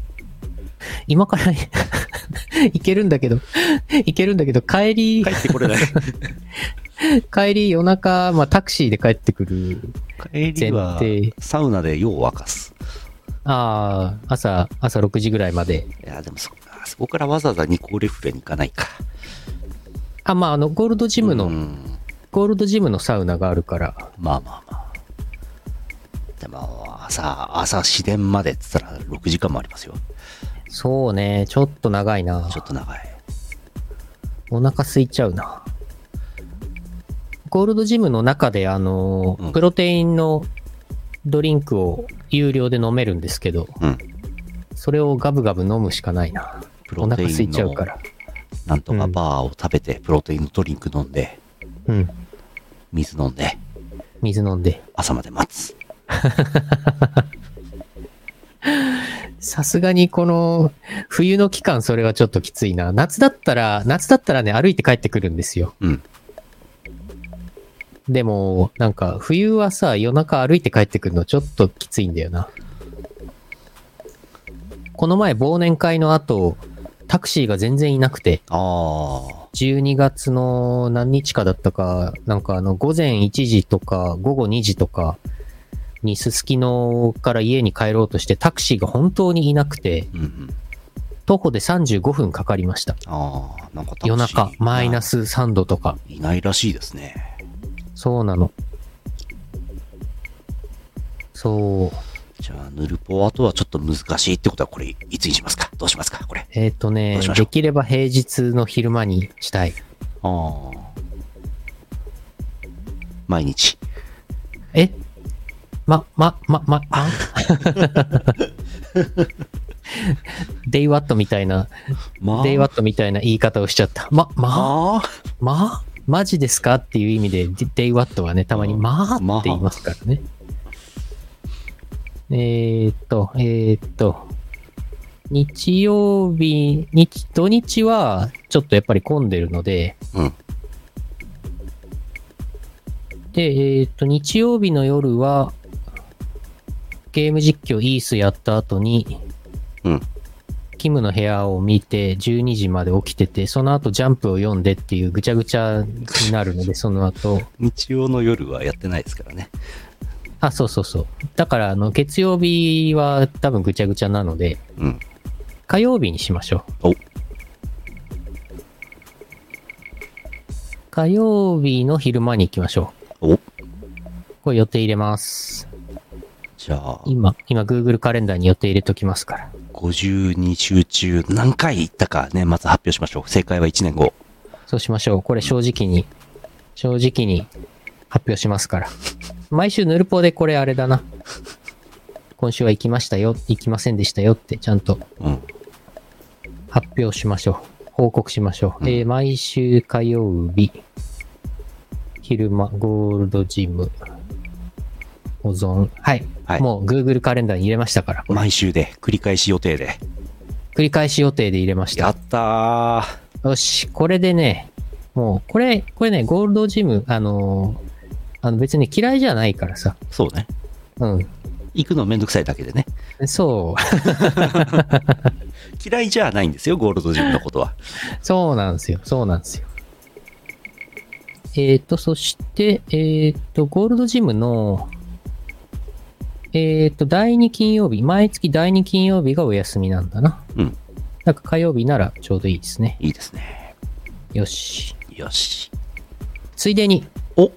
今から 行けるんだけど、行けるんだけど、帰り
帰、ってこれない。
帰り夜中、まあタクシーで帰ってくる。
帰りは
前提
サウナで夜を沸かす。
ああ、朝、朝6時ぐらいまで。
いや、でもそあそこからわざわざニコーレフレに行かないか。
あ、まああの、ゴールドジムの、
うん
ゴールドジムのサウナがあるから、
まあまあまあ。でも、朝、朝、市電までって言ったら6時間もありますよ。
そうね、ちょっと長いな
ち。ょっと長い。
お腹空いちゃうな。ゴールドジムの中で、あの
うん、
プロテインのドリンクを有料で飲めるんですけど、
うん。
それをガブガブ飲むしかないな。
プ
お
ロテ
腹空
イ
い
ン
ちゃ
の
うから。
なんとかバーを食べて、プロテインのドリンク飲んで、
うん。
水飲んで、
水飲んで。
朝まで待つ。
さすがにこの冬の期間それはちょっときついな。夏だったら、夏だったらね、歩いて帰ってくるんですよ。
うん。
でも、なんか冬はさ、夜中歩いて帰ってくるのちょっときついんだよな。この前忘年会の後、タクシーが全然いなくて、
ああ。
12月の何日かだったか、なんかあの、午前1時とか、午後2時とか、にすすきのから家に帰ろうとして、タクシーが本当にいなくて、
うんうん。
徒歩で35分かかりました。
ああ、なんかタクシー
夜中、マイナ。ス3度とか。
いないらしいですね。
そうなの。そう。
じゃあ、ヌルポあとはちょっと難しいってことは、これ、いつにしますかどうしますかこれ。
えっ、と
ど
ね
うしま、しょう
できれば平日の昼間にしたい。
ああ。毎日。
えま、ま、ま、ま、あ デイワットみたいな、
ま
デイワットみたいな言い方をしちゃった。ま、ま、
あ
ま、マジですかっていう意味で、デデイワットはね、たまに
うん
まあって言いますからね。えーっと、えーっと、日曜日、日、土日はちょっとやっぱり混んでるので、
うん。
で、えーっと、日曜日の夜は、ゲーム実況イースやった後に、
うん。
キムの部屋を見て、12時まで起きてて、その後ジャンプを読んでっていうぐちゃぐちゃになるの で、その後。
日曜の夜はやってないですからね。
あ、そうそうそう。だから、あの、月曜日は多分ぐちゃぐちゃなので、
うん。
火曜日にしましょう。
お、
火曜日の昼間に行きましょ
お。
う。これ予定入れます。
じゃあ、
今、今 Google カレンダーに予定入れときますから。
52週中何回行ったかね、まず発表しましょう。正解は1年後。
そうしましょう。これ正直に、正直に発表しますから。毎週ヌルポでこれあれだな。今週は行きましたよ、行きませんでしたよってちゃんと
うん。
発表しましょう。報告しましょう。えー毎週火曜日、昼間、ゴールドジム、保存。はい。
はい
もう Google カレンダーに入れましたから。
毎週で、繰り返し予定で。
繰り返し予定で入れまし
や
た。
ったー。
よし。これでね、もう、これ、これね、ゴールドジム、あのーあの別に嫌いじゃないからさ。
そうね。
うん。
行くのめんどくさいだけでね。
そう、
嫌いじゃないんですよ、ゴールドジムのことは。
そうなんですよ。そうなんですよ。えっ、と、そして、えっ、と、ゴールドジムの、えっ、と、第2金曜日、毎月第2金曜日がお休みなんだな。
うん。
なんか火曜日ならちょうどいいですね。
いいですね。
よし。
よし。
ついでに、
お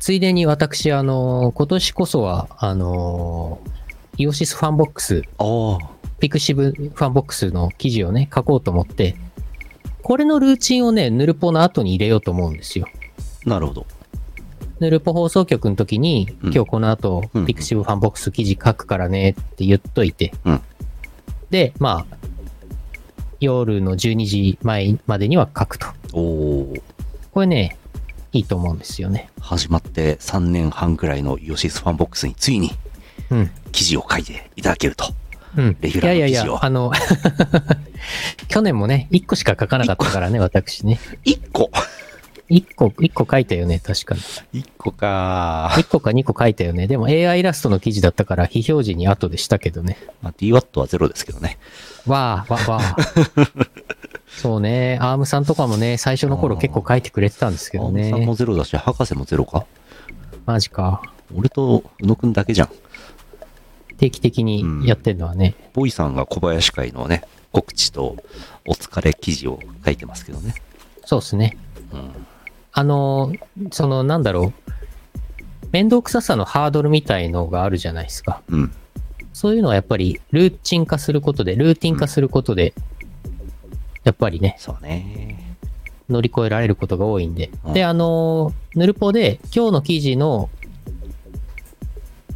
ついでに私、あのー今年こそは、あのーイオシスファンボックス、
あ
ピクシブファンボックスの記事をね、書こうと思って、これのルーチンをね、ヌルポの後に入れようと思うんですよ。
あ、なるほど。
ヌルポ放送局の時に、
うん
今日この後
うんうん、
ピクシブファンボックス記事書くからねって言っといて、
うん
で、まあ、夜の12時前までには書くと。
おおー。
これね、いいと思うんですよね。
始まって3年半くらいのヨシスファンボックスについに
うん。
記事を書いていただけると。
うん。
レギュラーの
いやいやい
記事
や、
を
あの、 去年もね、1個しか書かなかったからね、私ね。
1個
1個、一個書いたよね、確かに。
!1 個か。
1個か2個書いたよね。でも AI イラストの記事だったから、非表示に後でしたけどね。
まあ、DWAT はゼロですけどね。
わあ、わあ、わあ。 そうね、アームさんとかもね、最初の頃結構書いてくれてたんですけど
青木さんも
ね。
ゼロだし、博士もゼロか。
マジか。
俺と宇野くんだけじゃん。
定期的にやってるのはね。
ボイさんが小林会のね、告知とお疲れ記事を書いてますけどね。
そうですね。
うん。
あの、その、なんだろう。面倒くささのハードルみたいのがあるじゃないですか。
うん。
そういうのはやっぱりルーチン化することで、ルーティン化することで、やっぱりね、
そうね。
乗り越えられることが多いんで。
うん
で、あのーヌルポで今日の記事の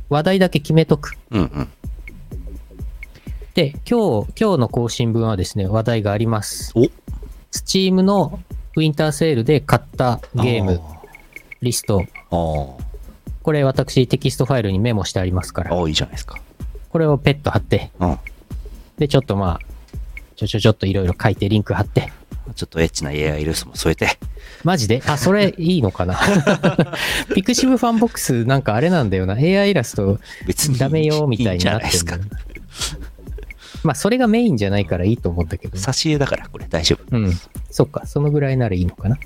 話題だけ決めとく。
うんうん。
で、今日、今日の更新分はですね、話題があります。
お
スチームのウィンターセールで買ったゲーム、リスト。
あー
これ私テキストファイルにメモしてありますか
あ
ら、
ー。いいじゃないですか。
これをペット貼って、
うん。
で、ちょっとまあ、ちょちょちょっといろいろ書いてリンク貼って、
ちょっとエッチな AI ルースも添えて。
マジであ、それいいのかな ピクシブファンボックスなんかあれなんだよな。AI イラスト
別に
ダメよみたいになっ
んじゃない
て
で
る
す
んだ
か
よな。まあ、それがメインじゃないからいいと思ったけど。
挿絵だからこれ大丈夫
うん。そっか、そのぐらいならいいのかな。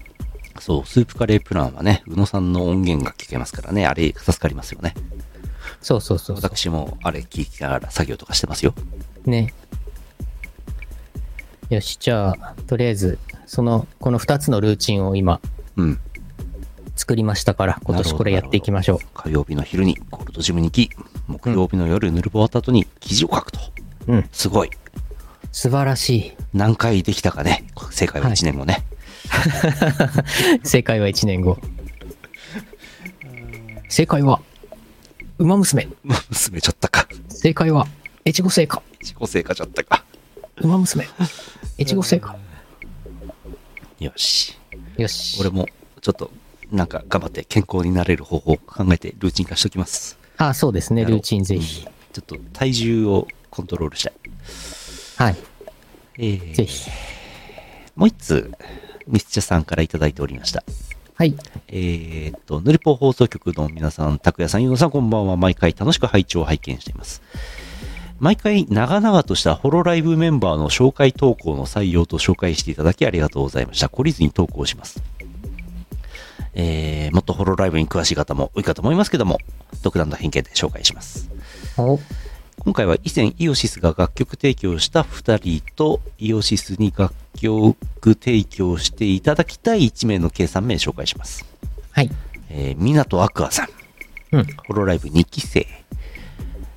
そうスープカレープランはね宇野さんの音源が聞けますからねあれ助かりますよね
そうそうそうそ
私もあれ聞きながら作業とかしてますよ
う。ね。よし、じゃあ、とりあえず、その、この2つのルーチンを今
うん
作りましたから、今年これやっていきましょう。
火曜日の昼にゴールドジムに行き木曜日の夜ぬるぼ終わった後に記事を書くと
うん。
すごい
素晴らしい。
何回できたかね正解は1年後ね、
正解は1年後。正解は、馬娘。
進めちゃったか
正解は、越後製菓。
自己成果ちゃったか
馬娘。越後製菓。
よし
よし。
俺もちょっとなんか頑張って健康になれる方法を考えてルーチン化しときます
あ、そうですね。
やろう
ルーチンぜひ
うん。ちょっと体重をコントロールしたい
はい。
えー
ぜひ。
もう一通、ミスチャさんからいただいておりました。
はい。
えーっと、ヌルポ放送局の皆さん、拓也さん、ゆうのさん、こんばんは。毎回楽しく拝聴を拝見しています。毎回、長々としたホロライブメンバーの紹介投稿の採用と紹介していただきありがとうございました。懲りずに投稿します。えー、もっとホロライブに詳しい方も多いかと思いますけども、独断の偏見で紹介します。
お、
今回は以前イオシスが楽曲提供した2人とイオシスに楽曲提供していただきたい1名の計3名紹介します。
はい。
えー、港アクアさん、
うん。
ホロライブ2期生。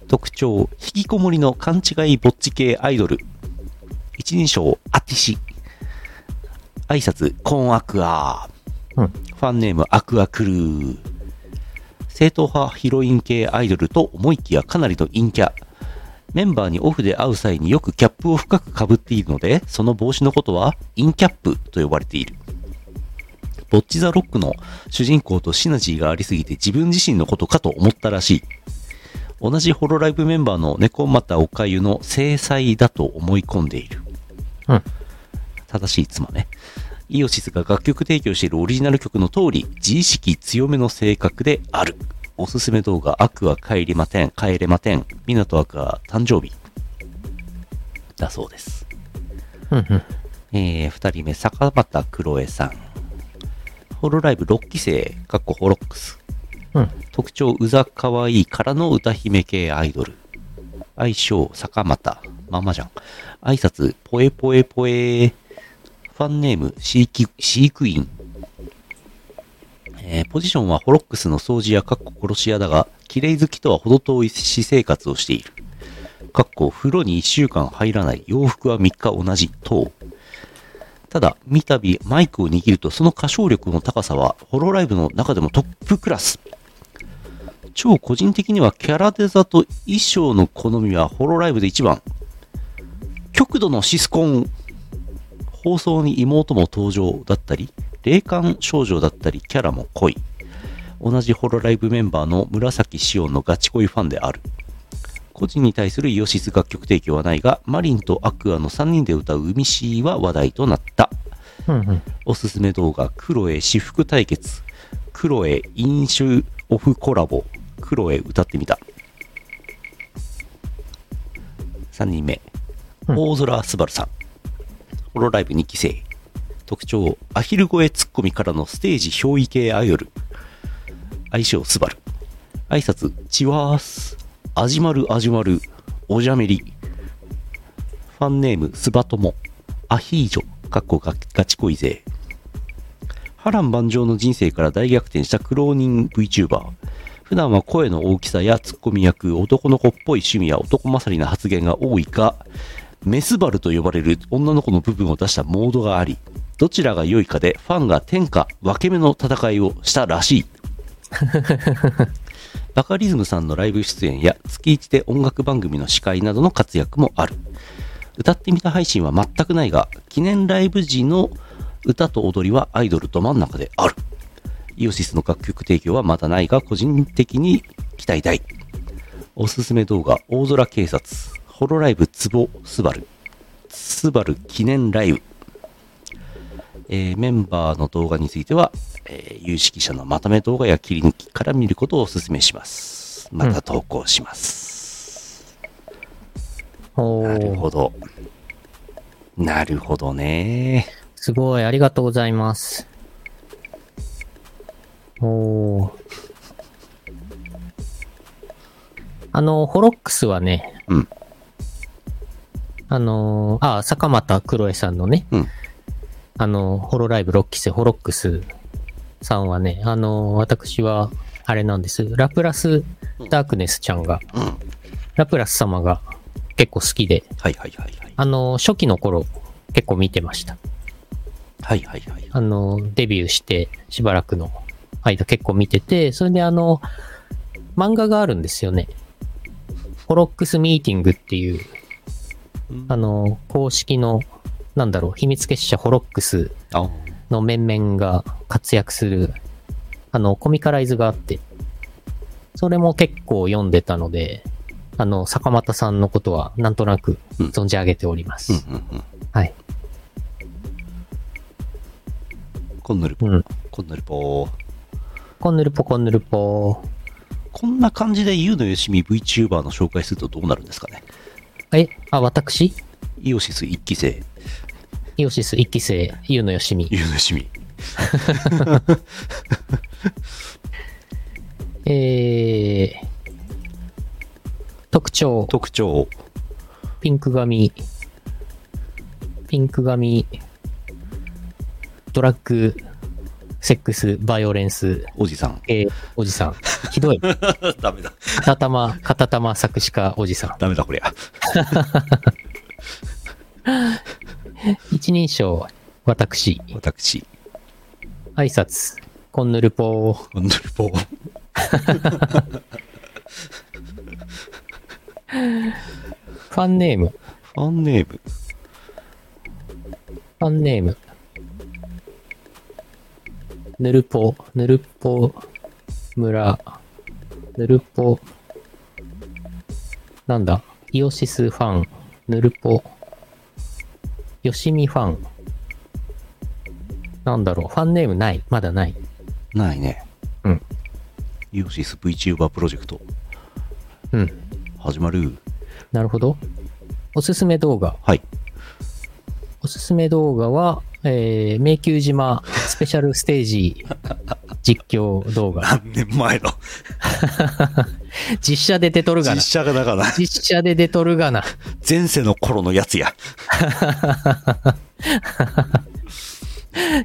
特徴、引きこもりの勘違いぼっち系アイドル。一人称、アティシ。挨拶、コーンアクア。
うん。
ファンネームアクアクルー。正統派ヒロイン系アイドルと思いきやかなりの陰キャ。メンバーにオフで会う際によくキャップを深く被っているので、その帽子のことはインキャップと呼ばれている。ボッチザロックの主人公とシナジーがありすぎて自分自身のことかと思ったらしい。同じホロライブメンバーの猫又おかゆの制裁だと思い込んでいる。
うん
正しい妻ね。イオシスが楽曲提供しているオリジナル曲の通り、自意識強めの性格である。おすすめ動画、アクア帰りまてん、帰れまてん、港アクア誕生日。だそうです。
うんうん。
えー、2人目、坂端黒江さん。ホロライブ6期生、かっこホロックス。
うん。
特徴、うざかわいいからの歌姫系アイドル。愛称、坂又。まんまじゃん。挨拶、ぽえぽえぽえ。ファンネーム、飼育飼育員。えーポジションはホロックスの掃除屋、かっこ殺し屋だが、綺麗好きとは程遠い私生活をしている。かっこ風呂に1週間入らない、洋服は3日同じ、等。ただ、三度マイクを握るとその歌唱力の高さは、ホロライブの中でもトップクラス。超個人的にはキャラデザと衣装の好みはホロライブで一番。極度のシスコン。放送に妹も登場だったり、霊感少女だったり、キャラも濃い。同じホロライブメンバーの紫紫音のガチ恋ファンである。個人に対するイオシス楽曲提供はないが、マリンとアクアの3人で歌う海シーは話題となった。
うんうん。
おすすめ動画、クロエ私服対決、クロエ飲酒オフコラボ、クロエ歌ってみた。3人目、
うん
大空すばるさん。ホロライブ2期生。特徴、アヒル越えツッコミからのステージ憑依系アイドル。愛称すばる。挨拶、チワース。味まる味まる。おじゃめり。ファンネーム、スバトモ。アヒージョ、かっこガガチ恋勢。波乱万丈の人生から大逆転した苦労人 VTuber。普段は声の大きさやツッコミ役、男の子っぽい趣味や男勝りな発言が多いが、メスバルと呼ばれる女の子の部分を出したモードがあり、どちらが良いかでファンが天下分け目の戦いをしたらしい。バカリズムさんのライブ出演や月1で音楽番組の司会などの活躍もある。歌ってみた配信は全くないが、記念ライブ時の歌と踊りはアイドルど真ん中である。イオシスの楽曲提供はまだないが、個人的に期待大。おすすめ動画、大空警察、ホロライブツボスバル、スバル記念ライブ。えーメンバーの動画については、えー有識者のまとめ動画や切り抜きから見ることをお勧めします。また投稿します。
お
なる
ー。
ほど。なるほどね。
すごい、ありがとうございます。おー。あの、ホロックスはね、
うん。
あのーあ、坂又黒江さんのね、
うん。
あの、ホロライブ6期生、ホロックスさんはね、あの、私は、あれなんです。ラプラスダークネスちゃんが、
うん。はい
ラプラス様が結構好きで、
はいはいはい。
あの、初期の頃、結構見てました。
はいはいはい。
あの、デビューしてしばらくの間結構見てて、それであの、漫画があるんですよね。ホロックスミーティングっていう、あの、公式の、なんだろう、秘密結社ホロックス
あうん
の面々が活躍する、あの、コミカライズがあって、それも結構読んでたので、あの、坂又さんのことはなんとなく
うん
存じ上げております。
うんうん。
はい。
こんぬるぽ、
うん。
こんぬるぽ。
こんぬるぽこんぬるぽ。
こんな感じでゆうのよしみ VTuber の紹介するとどうなるんですかね。
え、あ、私
イオシス1期生、
イオシス1期生、ゆうのよしみ。
ゆうのよしみ。
えー、特徴、
特徴、
ピンク髪、ピンク髪、ドラッグ、セックス、バイオレンス、
おじさん。
えーおじさん。ひどい。
ダメだ。
片玉、片玉作詞家おじさ
ダメだこりゃ。
ん。一人称、私。
私、
挨拶、こんぬるぽー。
こんぬるぽ。
ファンネーム、
ファンネーム、
ファンネーム。ぬるぽ、ぬるぽ、村、ぬるぽ、なんだ、イオシスファン、ぬるぽ、よしみファン、なんだろう、ファンネームない。まだない。
ないね。
うん。
イオシス VTuber プロジェクト、
うん。
始まる。
なるほど。おすすめ動画。
はい。
おすすめ動画は、えー、迷宮島スペシャルステージ実況動 画。
何年前の
実写で出とるがな
実。写がだから、
実写で出とるがな。
前世の頃のやつや。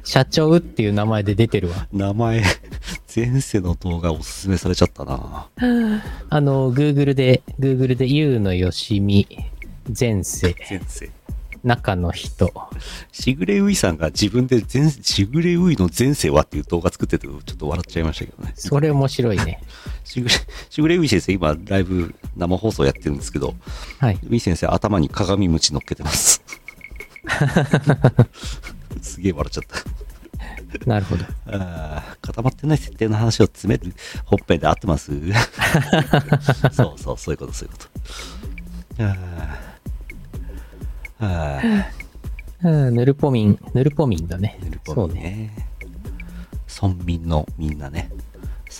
社長っていう名前で出てるわ。
名前、前世の動画おすすめされちゃったな。
あの、Google で、Google で、ゆうのよしみ、前世、
前世。
中の人。
しぐれういさんが自分で前、しぐれういの前世はっていう動画作ってて、ちょっと笑っちゃいましたけどね。
それ面白いね。
しぐれ、しぐれうい先生、今、ライブ生放送やってるんですけど、
はい。
うい先生、頭に鏡餅乗っけてます。 すげえ笑っちゃった。
なるほど。
あー固まってない設定の話を詰める本編で合ってます そうそうそういうことそういうことあーあー
うん、ぬるぽみん、ぬるぽみんだね。
なるほ
そ
ど
うね。
ね村民のみんなね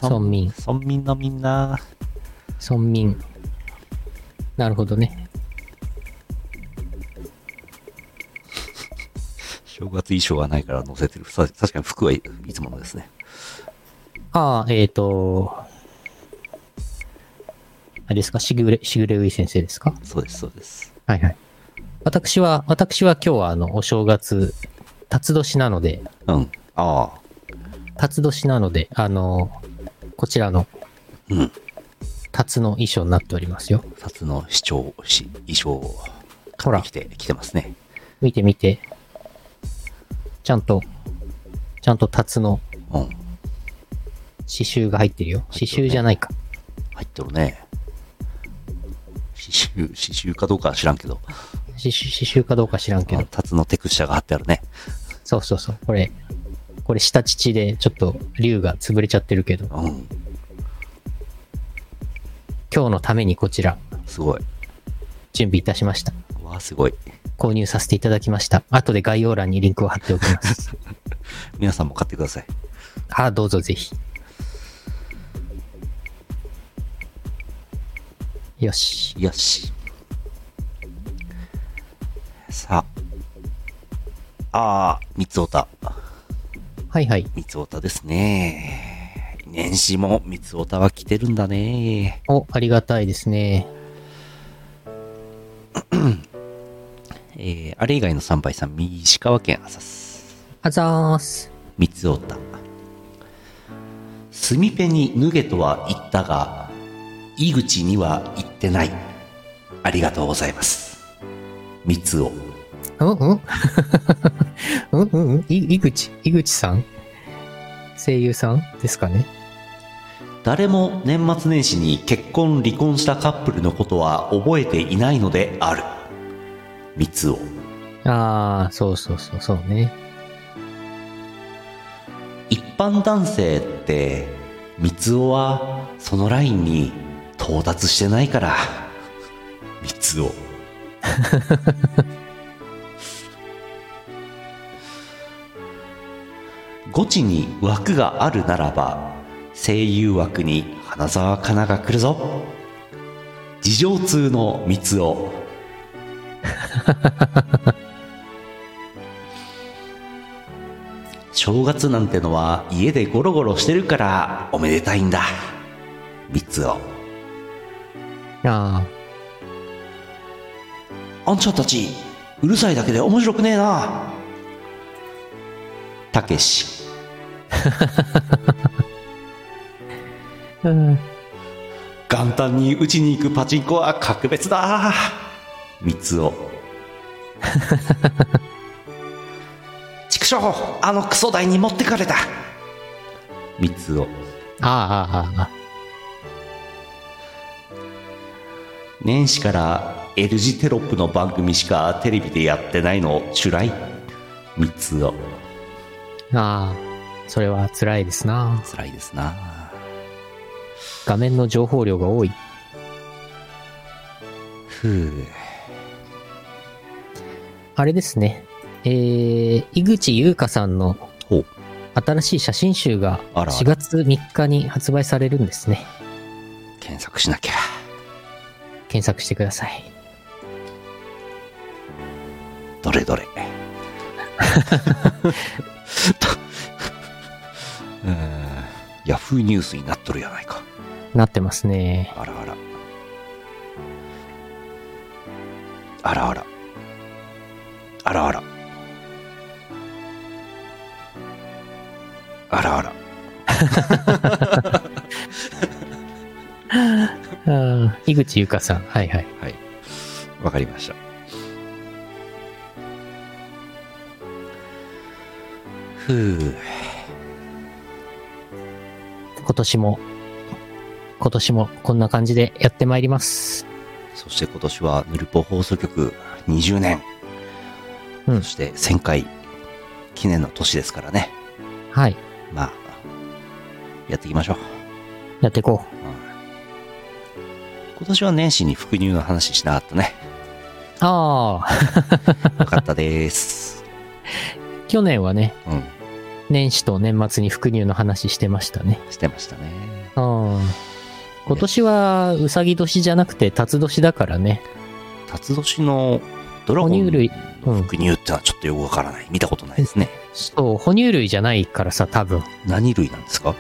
村民
村民のみんな
村民。なるほどね。
正月衣装がないから載せてるさ確かに服はいいつものですね
ああ、えっ、ー、と、あれですか、しぐれ、しぐれうい先生ですか
そうですそうです
はいはい。私は、私は今日はあの、お正月、辰年なので、
うんああ
辰年なので、あの、こちらの、
うん
辰の衣装になっておりますよ。
札の市長し衣装を買ってきて来てますね
見て見て。ちゃんと、ちゃんと辰の
うん
刺繍が入ってるよ。刺繍じゃないか。
入ってるね。刺繍、刺繍かどうかは知らんけど、
刺繍、刺繍かどうか知らんけ
あ
ど
の。タツのテクスチャーが貼ってあるね。
そうそうそう。これ、これ下乳でちょっと竜が潰れちゃってるけど、
うん、
今日のためにこちら、
すごい。
準備いたしました。
うわあ、すごい。
購入させていただきました。後で概要欄にリンクを貼っておきます。
皆さんも買ってください。
ああ、どうぞぜひ。よし。
よし。さあ。ああ、三つおた。
はいはい。
三つおたですね。年始も三つおたは来てるんだね。
お、ありがたいですね。
えー、あれ以外の三倍さん、石川県あさす。
あざーす。
三つおたスミペに脱げとは言ったが井口には言ってないありがとうございます三つお
うんうん うんうんうんい、井口、井口さん声優さんですかね
誰も年末年始に結婚離婚したカップルのことは覚えていないのである三つお
ああ、そうそうそう、そうね。
一般男性って三つおはそのラインに到達してないから三つお ゴチに枠があるならば声優枠に花澤香菜が来るぞ事情通の三つお正月なんてのは家でゴロゴロしてるからおめでたいんだ三つお
あ
あんちゃんたち、うるさいだけで面白くねえな。たけ し、
あ、うん。
元旦に打ちに行くパチンコは格別だ。三つお。 畜生、あのクソ台に持ってかれた。三つお。
ああ、ああ、あ
年始から L 字テロップの番組しかテレビでやってないの、チュライ。三つお。
あ、ああ、それは辛いですな。
辛いですな。
画面の情報量が多い。
ふう。
あれですね。えー、井口優香さんの
ほう。
新しい写真集が
あらあら
4月3日に発売されるんですね。
検索しなきゃ。
検索してください。
どれ どれ。とうーんヤフーニュースになっとるやないか。
なってますね。
あらあら。あらあら。あらあら。あらあら。
あー井口ゆかさん。はいはい。
はい。わかりました。ふう。
今年も、今年もこんな感じでやってまいります。
そして今年はヌルポ放送局20年。
うん
そして1000回記念の年ですからね。
はい。
まあ、やっていきましょう。
やっていこう。
今年は年始に復乳の話しなかったね。
ああ、
よかっ たです。
去年はね、
うん。
年始と年末に復乳の話してましたね。
してましたね。
うん。今年はうさぎ年じゃなくて辰年だからね。
辰年のドラゴ
哺乳
ン
類、うん。
復乳ってのはちょっとよくわからない。見たことないですね。
そう、哺乳類じゃないからさ、多分。
何類なんですか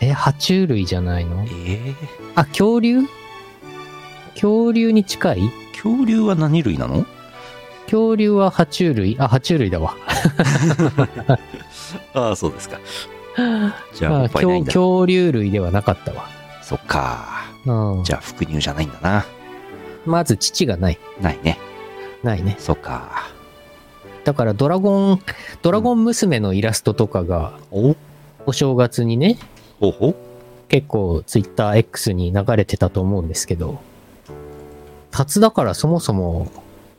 え、爬虫類じゃないの
ええ
あ、恐竜恐竜に近い
恐竜は何類なの
恐竜は爬虫類あ、爬虫類だわ。
ああ、そうで すか。じゃあ、
あ
おっぱいな
恐
いんだ。
恐竜類ではなかったわ。
そっか。
うん
じ。ゃあ、復乳じゃないんだな。
まず父がない。
ないね。
ないね。
そっか。
だからドラゴン、ドラゴン娘のイラストとかが、
お
お正月にね、
ほほ
結構ツイッター X に流れてたと思うんですけど、タツだからそもそも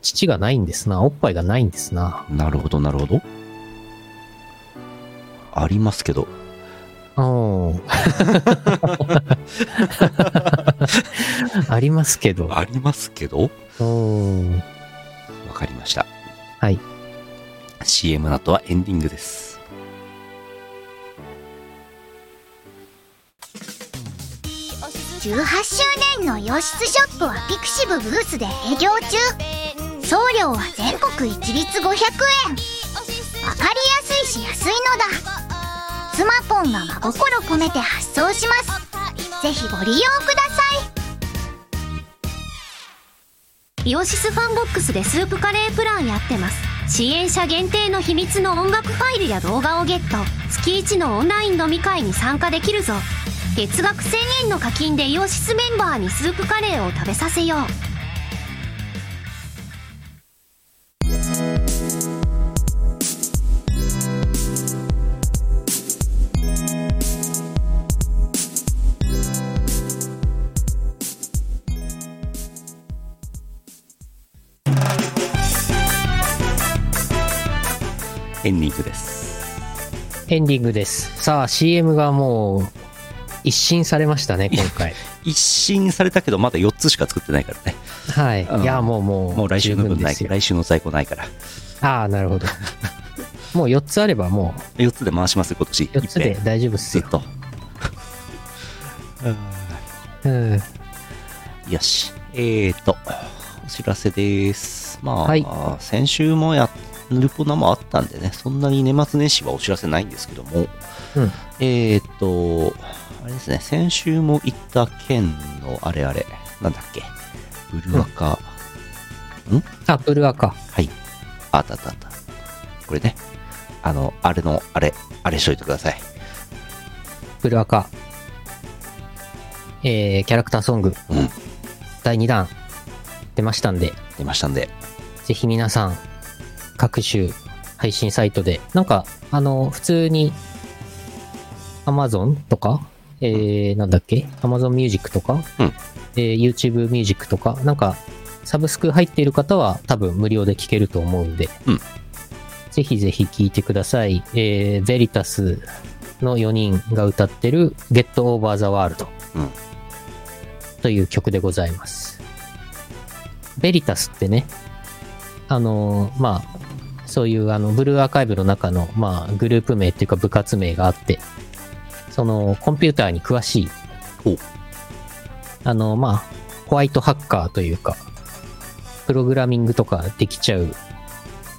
父がないんですな、おっぱいがないんですな。
なるほど、なるほど。ありますけど。
うん。 ありますけど。
ありますけど
うん。
わかりました。
はい。
CM の後はエンディングです。
18周年の洋室ショップはピクシブブースで営業中送料は全国一律500円わかりやすいし安いのだスマポンが真心込めて発送しますぜひご利用ください
イオシスファンボックスでスープカレープランやってます支援者限定の秘密の音楽ファイルや動画をゲット月1のオンライン飲み会に参加できるぞ月額1000円の課金でイオシスメンバーにスープカレーを食べさせよう
エンディングです。
エンディングです。さあ、CM がもう、一新されましたね、今回。
一新されたけど、まだ4つしか作ってないからね。
はい。
うん
いや、もうもう、
もう来週の分
十分
な
で
い。
すよ。
来週の在庫ないから。
ああ、なるほ ど。もう4つあれば、も
4つで回しますよ、今年。
う4つ
いっ
で
ぺん
大丈夫っす
ずっ
よ。
と。
うん。
よし。えーと、お知らせです。まあ、
はい
先週もやルポ生あったんでね、そんなに年末年始はお知らせないんですけども、
うん
えーと、あれですね、先週も行った県のあれあれ、なんだっけ、ブルワカ、
あ、ブルアか。
はい。あったあったあった。これね、あの、あれの、あれ、あれしといてください。
ブルアカ。えー、キャラクターソング。
うん
第2弾。出ましたんで、
出ましたんで。
ぜひ皆さん、各種配信サイトで、なんか、あの、普通に、Amazon とか、えー、なんだっけ ?Amazon Music とか、
うん
えー YouTube Music とか、なんか、サブスク入っている方は多分無料で聴けると思うんで、
うん
ぜひぜひ聴いてください。えー、ベリタスの4人が歌ってる Get Over the World、
うん
という曲でございます。ベリタスってね、あのーまあ、そういうあのブルーアーカイブの中の、まあ、グループ名っていうか部活名があって、そのコンピューターに詳しい
お、
あの、まあ、ホワイトハッカーというか、プログラミングとかできちゃう、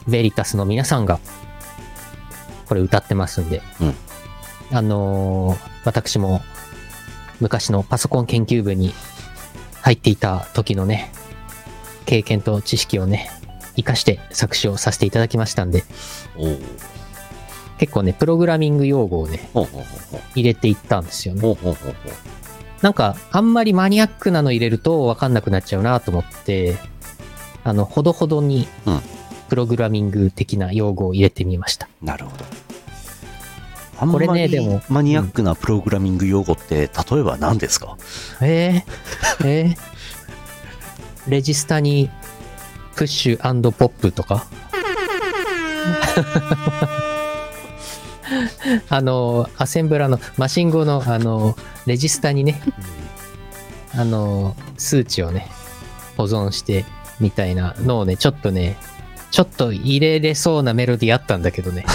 ベリタスの皆さんが、これ歌ってますんで、
うん
あのー私も、昔のパソコン研究部に入っていた時のね、経験と知識をね、活かして作詞をさせていただきましたんで、
おう
結構ね、プログラミング用語をね、
ほうほうほうほう
入れていったんですよね。
ほうほうほうほう
なんか、あんまりマニアックなの入れるとわかんなくなっちゃうなと思って、あの、ほどほどに
うん、
プログラミング的な用語を入れてみました。
なるほど。あん
これ
ま
ね
り
でも
マニアックなプログラミング用語って、例えば何ですか
えー、えー、レジスタに、プッシュポップとか あの、アセンブラの、マシン語の、あの、レジスタにね、あの、数値をね、保存して、みたいなのをね、ちょっとね、ちょっと入れれそうなメロディーあったんだけどね、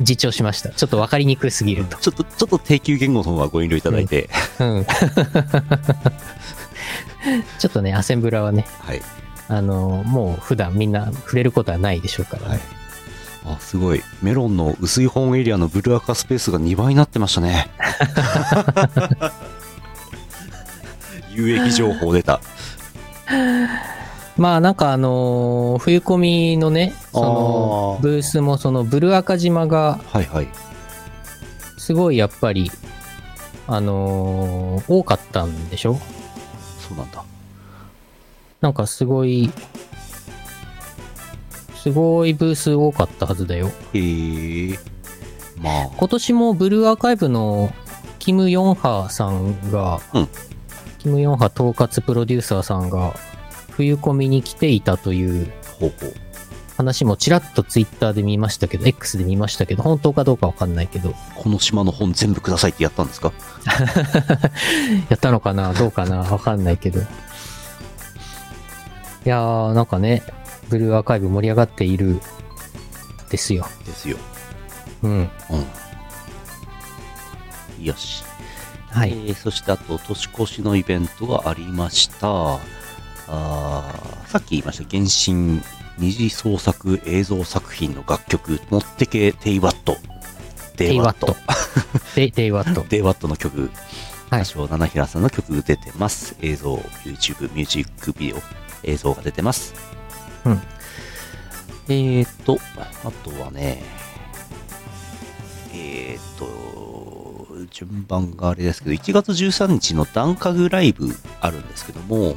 自重しました。ちょっとわかりにくすぎると。
ちょっと、ちょっと低級言語の方はご遠慮いただいて、
うん。 ちょっとね、アセンブラはね、
はい。
あの、もう普段みんな触れることはないでしょうから、ね
はいあ、すごい。メロンの薄い本エリアのブルーアカスペースが2倍になってまし たね。有益情報出た。
まあなんかあのー冬コミのね、その
あー
ブースもそのブル赤島が
はいはい。
すごいやっぱり、あのー多かったんでしょ
そうなんだ。
なんかすごい、すごいブース多かったはずだよ。
へえ。まあ、
今年もブルーアーカイブのキム・ヨンハさんが、
うん
キム・ヨンハ統括プロデューサーさんが冬コミに来ていたという
ほうほう。
話もちらっとツイッターで見ましたけど X で見ましたけど本当かどうかわかんないけど
この島の本全部くださいってやったんですか
やったのかなどうかなわかんないけどいやーなんかねブルーアーカイブ盛り上がっているですよ
ですよ。
うん
うん。よし。
はい、
えーそしてあと年越しのイベントがありましたあーさっき言いました原神二次創作映像作品の楽曲「もってけテイワット」
デ
デ
イ
イ
ワ
ワ
ッ
ッ
ト
ト。
デイデイワット。
デイワットの曲
はい
多少七平さんの曲出てます映像 YouTube ミュージックビデオ映像が出てます
うん
えーとあとはねえーと順番があれですけど1月13日の段家具ライブあるんですけども、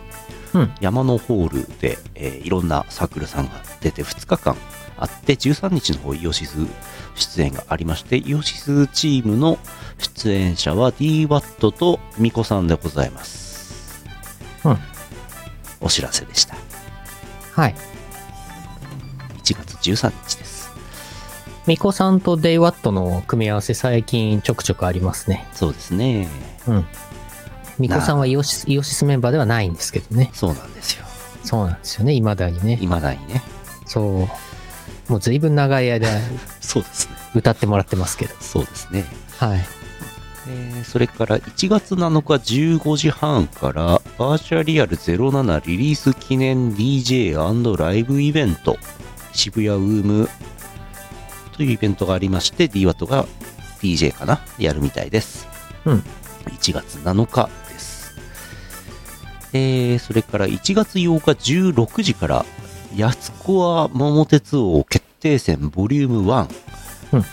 うん
山のホールで、えーいろんなサークルさんが出て2日間あって13日の方イオシス出演がありましてイオシスチームの出演者は DWAT とミコさんでございます、
うん
お知らせでした
はい。
1月13日です
ミコさんとデイワットの組み合わせ最近ちょくちょくありますね。
そうですね
うん。ミコさんはイオシス、イオシスメンバーではないんですけどね。
そうなんですよ
そうなんですよね、未だにね。
いまだにね
そう。もう随分長い間
そうですね
歌ってもらってますけど。
そうですね
はい。
えーそれから1月7日15時半からバーチャルリアル07リリース記念 DJ& ライブイベント渋谷ウームというイベントがありまして DWAT が DJ かなやるみたいです
うん
1月7日ですえーそれから1月8日16時からやつこは桃鉄王決定戦ボリューム1、
うん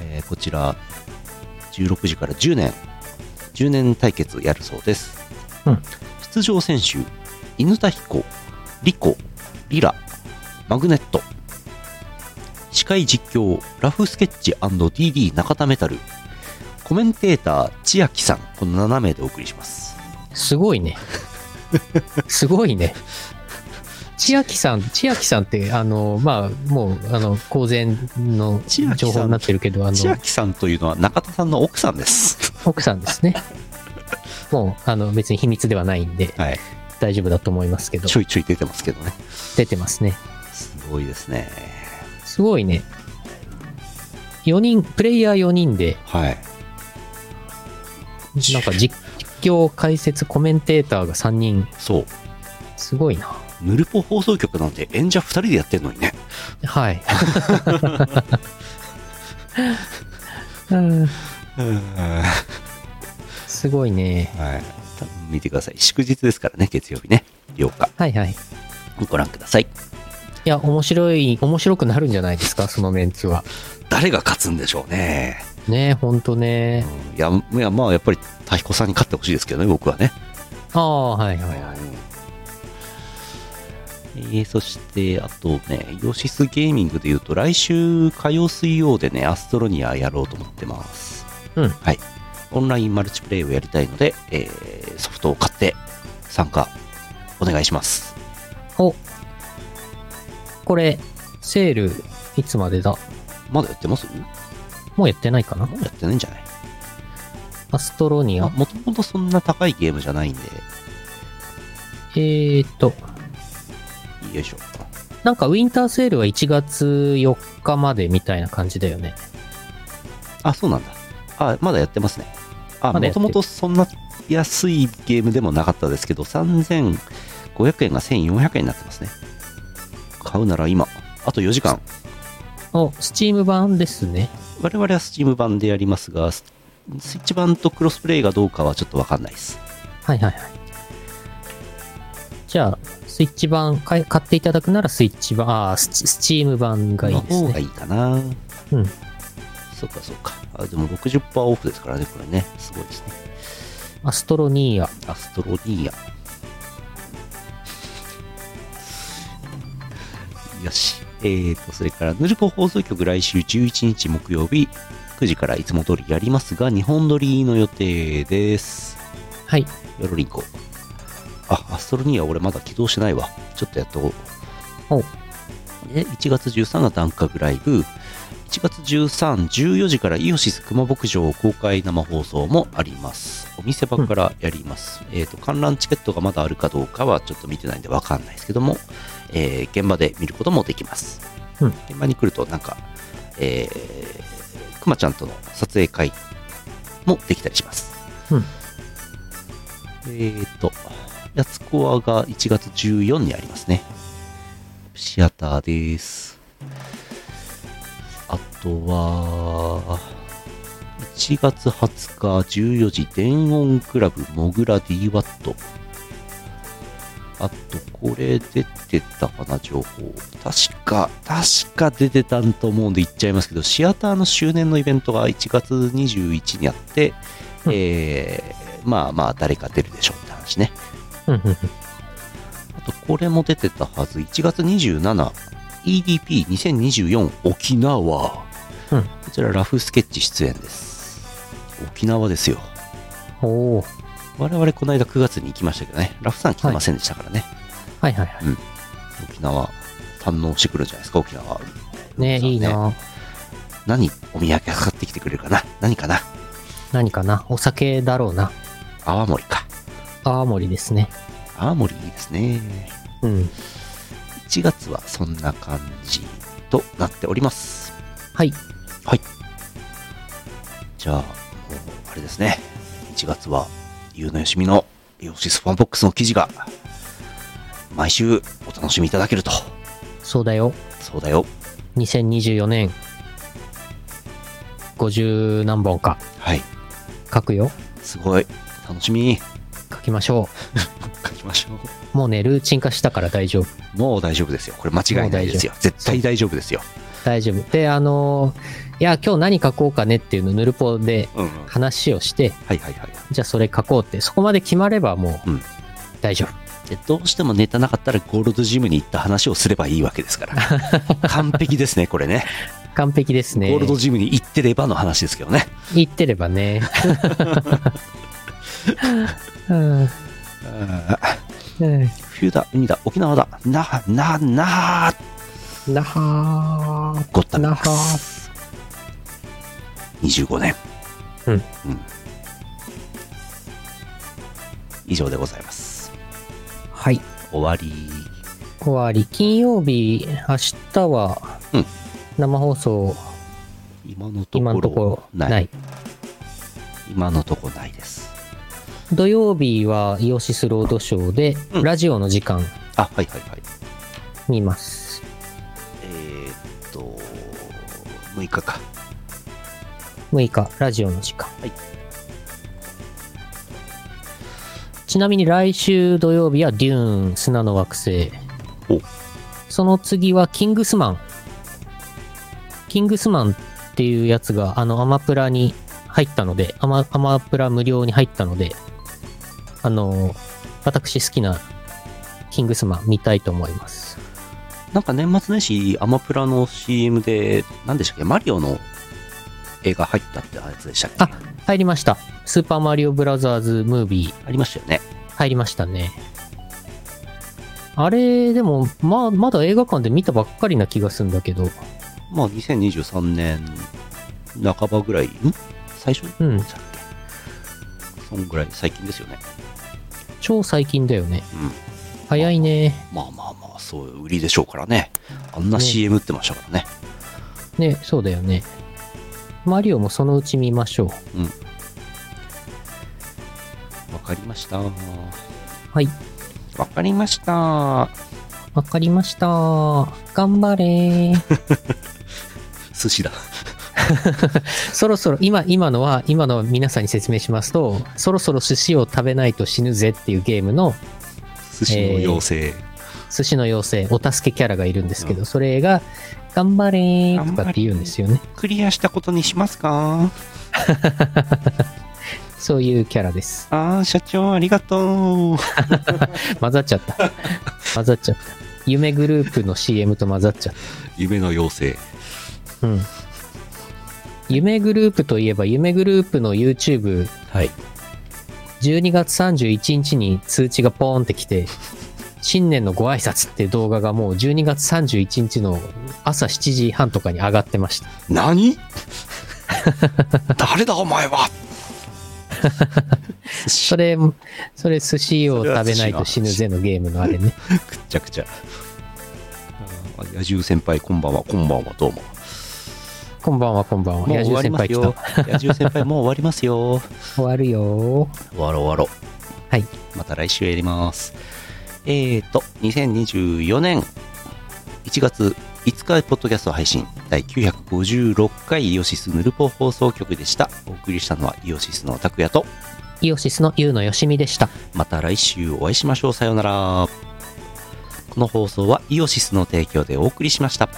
えーこちら16時から10年10年対決やるそうです、
うん
出場選手犬田彦リコリラマグネット司会実況ラフスケッチ &DD 中田メタルコメンテーター千秋さんこの7名でお送りします
すごい ね。すごいね。千秋さん、千秋さんって、あの、まあ、もう、あの、公然の
千秋さん
情報になってるけど、あの、
千秋さんというのは中田さんの奥さんです
奥さんです ね。もう、あの、別に秘密で はないんで、
はい
大丈夫だと思いますけど
ち、ょいちょい出てますけどね
出てますね。
すごいですね
すごいね。4人、プレイヤー4人で、
はい。
なんか実況、解説、コメンテーターが3人、
そう。
すごいな。
ヌルポ放送局なんて演者2人でやってんのにね。
はい。うん
は
すごいね。
い。多分見てください。祝日ですからね、月曜日ね。8日。
はいはい。い
ご覧ください。
や、面白い、面白くなるんじゃないですか、そのメンツは。
誰が勝つんでしょうね。
ねえ、ほんとね。
うんいや、いやまあ、やっぱり、太彦さんに勝ってほしいですけどね、僕はね。
ああ、はいはいはい。
えーそして、あとね、イオシスゲーミングで言うと、来週火曜水曜でね、アストロニアやろうと思ってます。
うん
はい。オンラインマルチプレイをやりたいので、えーソフトを買って参加お願いします。
おこれ、セール、いつまでだ
まだやってます
もうやってないかな
もうやってないんじゃない
アストロニア。
もともとそんな高いゲームじゃないんで、
えーっと、
よいしょ。
なんかウィンターセールは1月4日までみたいな感じだよね。
あ、そうなんだ。あ、まだやってますね。あ、
まだやっ
も
て
と
る
もとそんな安いゲームでもなかったですけど、3500円が1400円になってますね。買うなら今、あと4時間。
お、スチーム版ですね。
我々は Steam 版でやりますが、ススイッチ版とクロスプレイがどうかはちょっとわかんないです。
はいはいはい。じゃあ、スイッチ版買い買っていただくならスイッチ版、あースチスチーム版がいいです
の方が
ね。
いいかな。
うん。
そっかそっか。あ、でも60%オフですからね、これね。すごいですね。
アストロニア。
アストロニア。よし。えーと、それから、ヌルポ放送局来週11日木曜日9時からいつも通りやりますが、日本撮りの予定です。
はい。
よろりんこ。あ、アストロニア俺まだ起動してないわ。ちょっとやっとこう。
おう
で、1月13がダンカグライブ。1月13、14時からイオシス熊牧場公開生放送もあります。お店場からやります。えっ、と、観覧チケットがまだあるかどうかはちょっと見てないんでわかんないですけども、えー現場で見ることもできます。
うん
現場に来るとなんか、えー、熊ちゃんとの撮影会もできたりします。
うん
えーと、やつこわが1月14にありますね。シアターです。あとは、1月20日14時、電音クラブ、モグラ DWAT。あと、これ出てたかな、情報。確か、確か出てたと思うんで言っちゃいますけど、シアターの周年のイベントが1月21にあって、
うん
えー、まあまあ、誰か出るでしょうって話ね。
うんうんうん
あと、これも出てたはず。1月27、EDP2024 沖縄。
うん
こちら、ラフスケッチ出演です。沖縄ですよ。
おー
我々、この間9月に行きましたけどね、ラフさん来てませんでしたからね。
はいはいは
沖縄、堪能してくるんじゃないですか、沖
い。ね
縄。そうね
いいな。
何、お土産買ってきてくれるかな何かな
何かなお酒だろうな。
泡盛か。
泡盛ですね。
泡盛いいですね。
うん。
1月はそんな感じとなっております。
はい。
じゃあ、もう、あれですね。1月は、ゆうのよしみの、イオシスファンボックスの記事が、毎週お楽しみいただけると。
そうだよ。
そうだよ。
2024年、50何本か
はい。
書くよ。
すごい。楽しみ。
書きましょ
書きましょ
う。もうね、ルーチン化したから大丈夫。
う。もう大丈夫ですよ。これ間違いないですよ。絶対大丈夫ですよ。
大丈夫。で、あのーいや、今日何書こうかねっていうのヌルポで
うん、うん。はい
話をして、
はいはい。
じゃあそれ書こうって、そこまで決まればもう、
うん
大丈
でどうしてもネタなかったらゴールドジムに行った話をすればいいわけですから。 完璧ですね、これね。
夫。完璧ですね。
ゴールドジムに行ってればの話ですけどね。
言ってればね。うんうん
冬だ、海だ、沖縄だ、な、な、なー
なはー
ゴッタミックス。25年。
うん
以上でございます。
はい。
終わり。
終わり。金曜日、明日は、
うん
生放送、
今のところ
今のところない。
今のところないです
土曜日はイオシスロードショーで、
うん
ラジオの時間
あはいはいはい
見ます。
えー、っと6日か
6日、ラジオの時間。
はい
ちなみに来週土曜日はデューン、砂の惑星
お。
その次はキングスマン。キングスマンっていうやつが、あの、アマプラに入ったので、アマアマプラ無料に入ったので、あの、私好きなキングスマン見たいと思います。
なんか年末年始アマプラの CM で何でしたっけマリオの映画入ったってやつでしたっけ
あ、入りました。スーパーマリオブラザーズムービー。
ありましたよね
入りましたね。あれ、でも、ま、まだ映画館で見たばっかりな気がするんだけど、
まあ2023年半ばぐらいん最初
うん
でしたっけそんぐらい最近ですよね
超最近だよね。
うん
早いね。
まあまあまあそういう売りでしょうからねあんな
ね
CM 打ってましたからね
ね、そうだよね。マリオもそのうち見ましょう。
わかりましたわ
はい。
かりました
わかりました。頑張 れ。
寿司だ
そろそろ、今、今のは、今のは皆さんに説明しますと、そろそろ寿司を食べないと死ぬぜっていうゲームの
寿司の妖精、
寿司の妖精、お助けキャラがいるんですけど、それが、頑張れーとかって言うんですよね。
クリアしたことにしますか
そういうキャラです。
ああ社長ありがとう
混ざっちゃった。混ざっちゃった。夢グループの CM と混ざっちゃっ
夢の妖精
た。うん。夢グループといえば、夢グループの YouTube、
はい
12月31日に通知がポーンってきて、新年のご挨拶って動画がもう12月31日の朝7時半とかに上がってました。
何誰だお前は寿司
それ、それ寿司を食べないと死ぬぜのゲームのあれね。
くっちゃくちゃあー野獣先輩こんばんはこんばんはどうも
こんばんはこんばんは。
もう
野
終わ
獣
り
先
ます
輩来た。
よ野獣先輩もう終わりますよ
終わるよー。
終わろう終わろう
はい
また来週やりますえーと2024年1月5日ポッドキャスト配信第956回イオシスヌルポ放送局でしたお送りしたのはイオシスの拓也と
イオシスのゆうのよしみでした。
また来週お会いしましょうさようならこの放送はイオシスの提供でお送りしました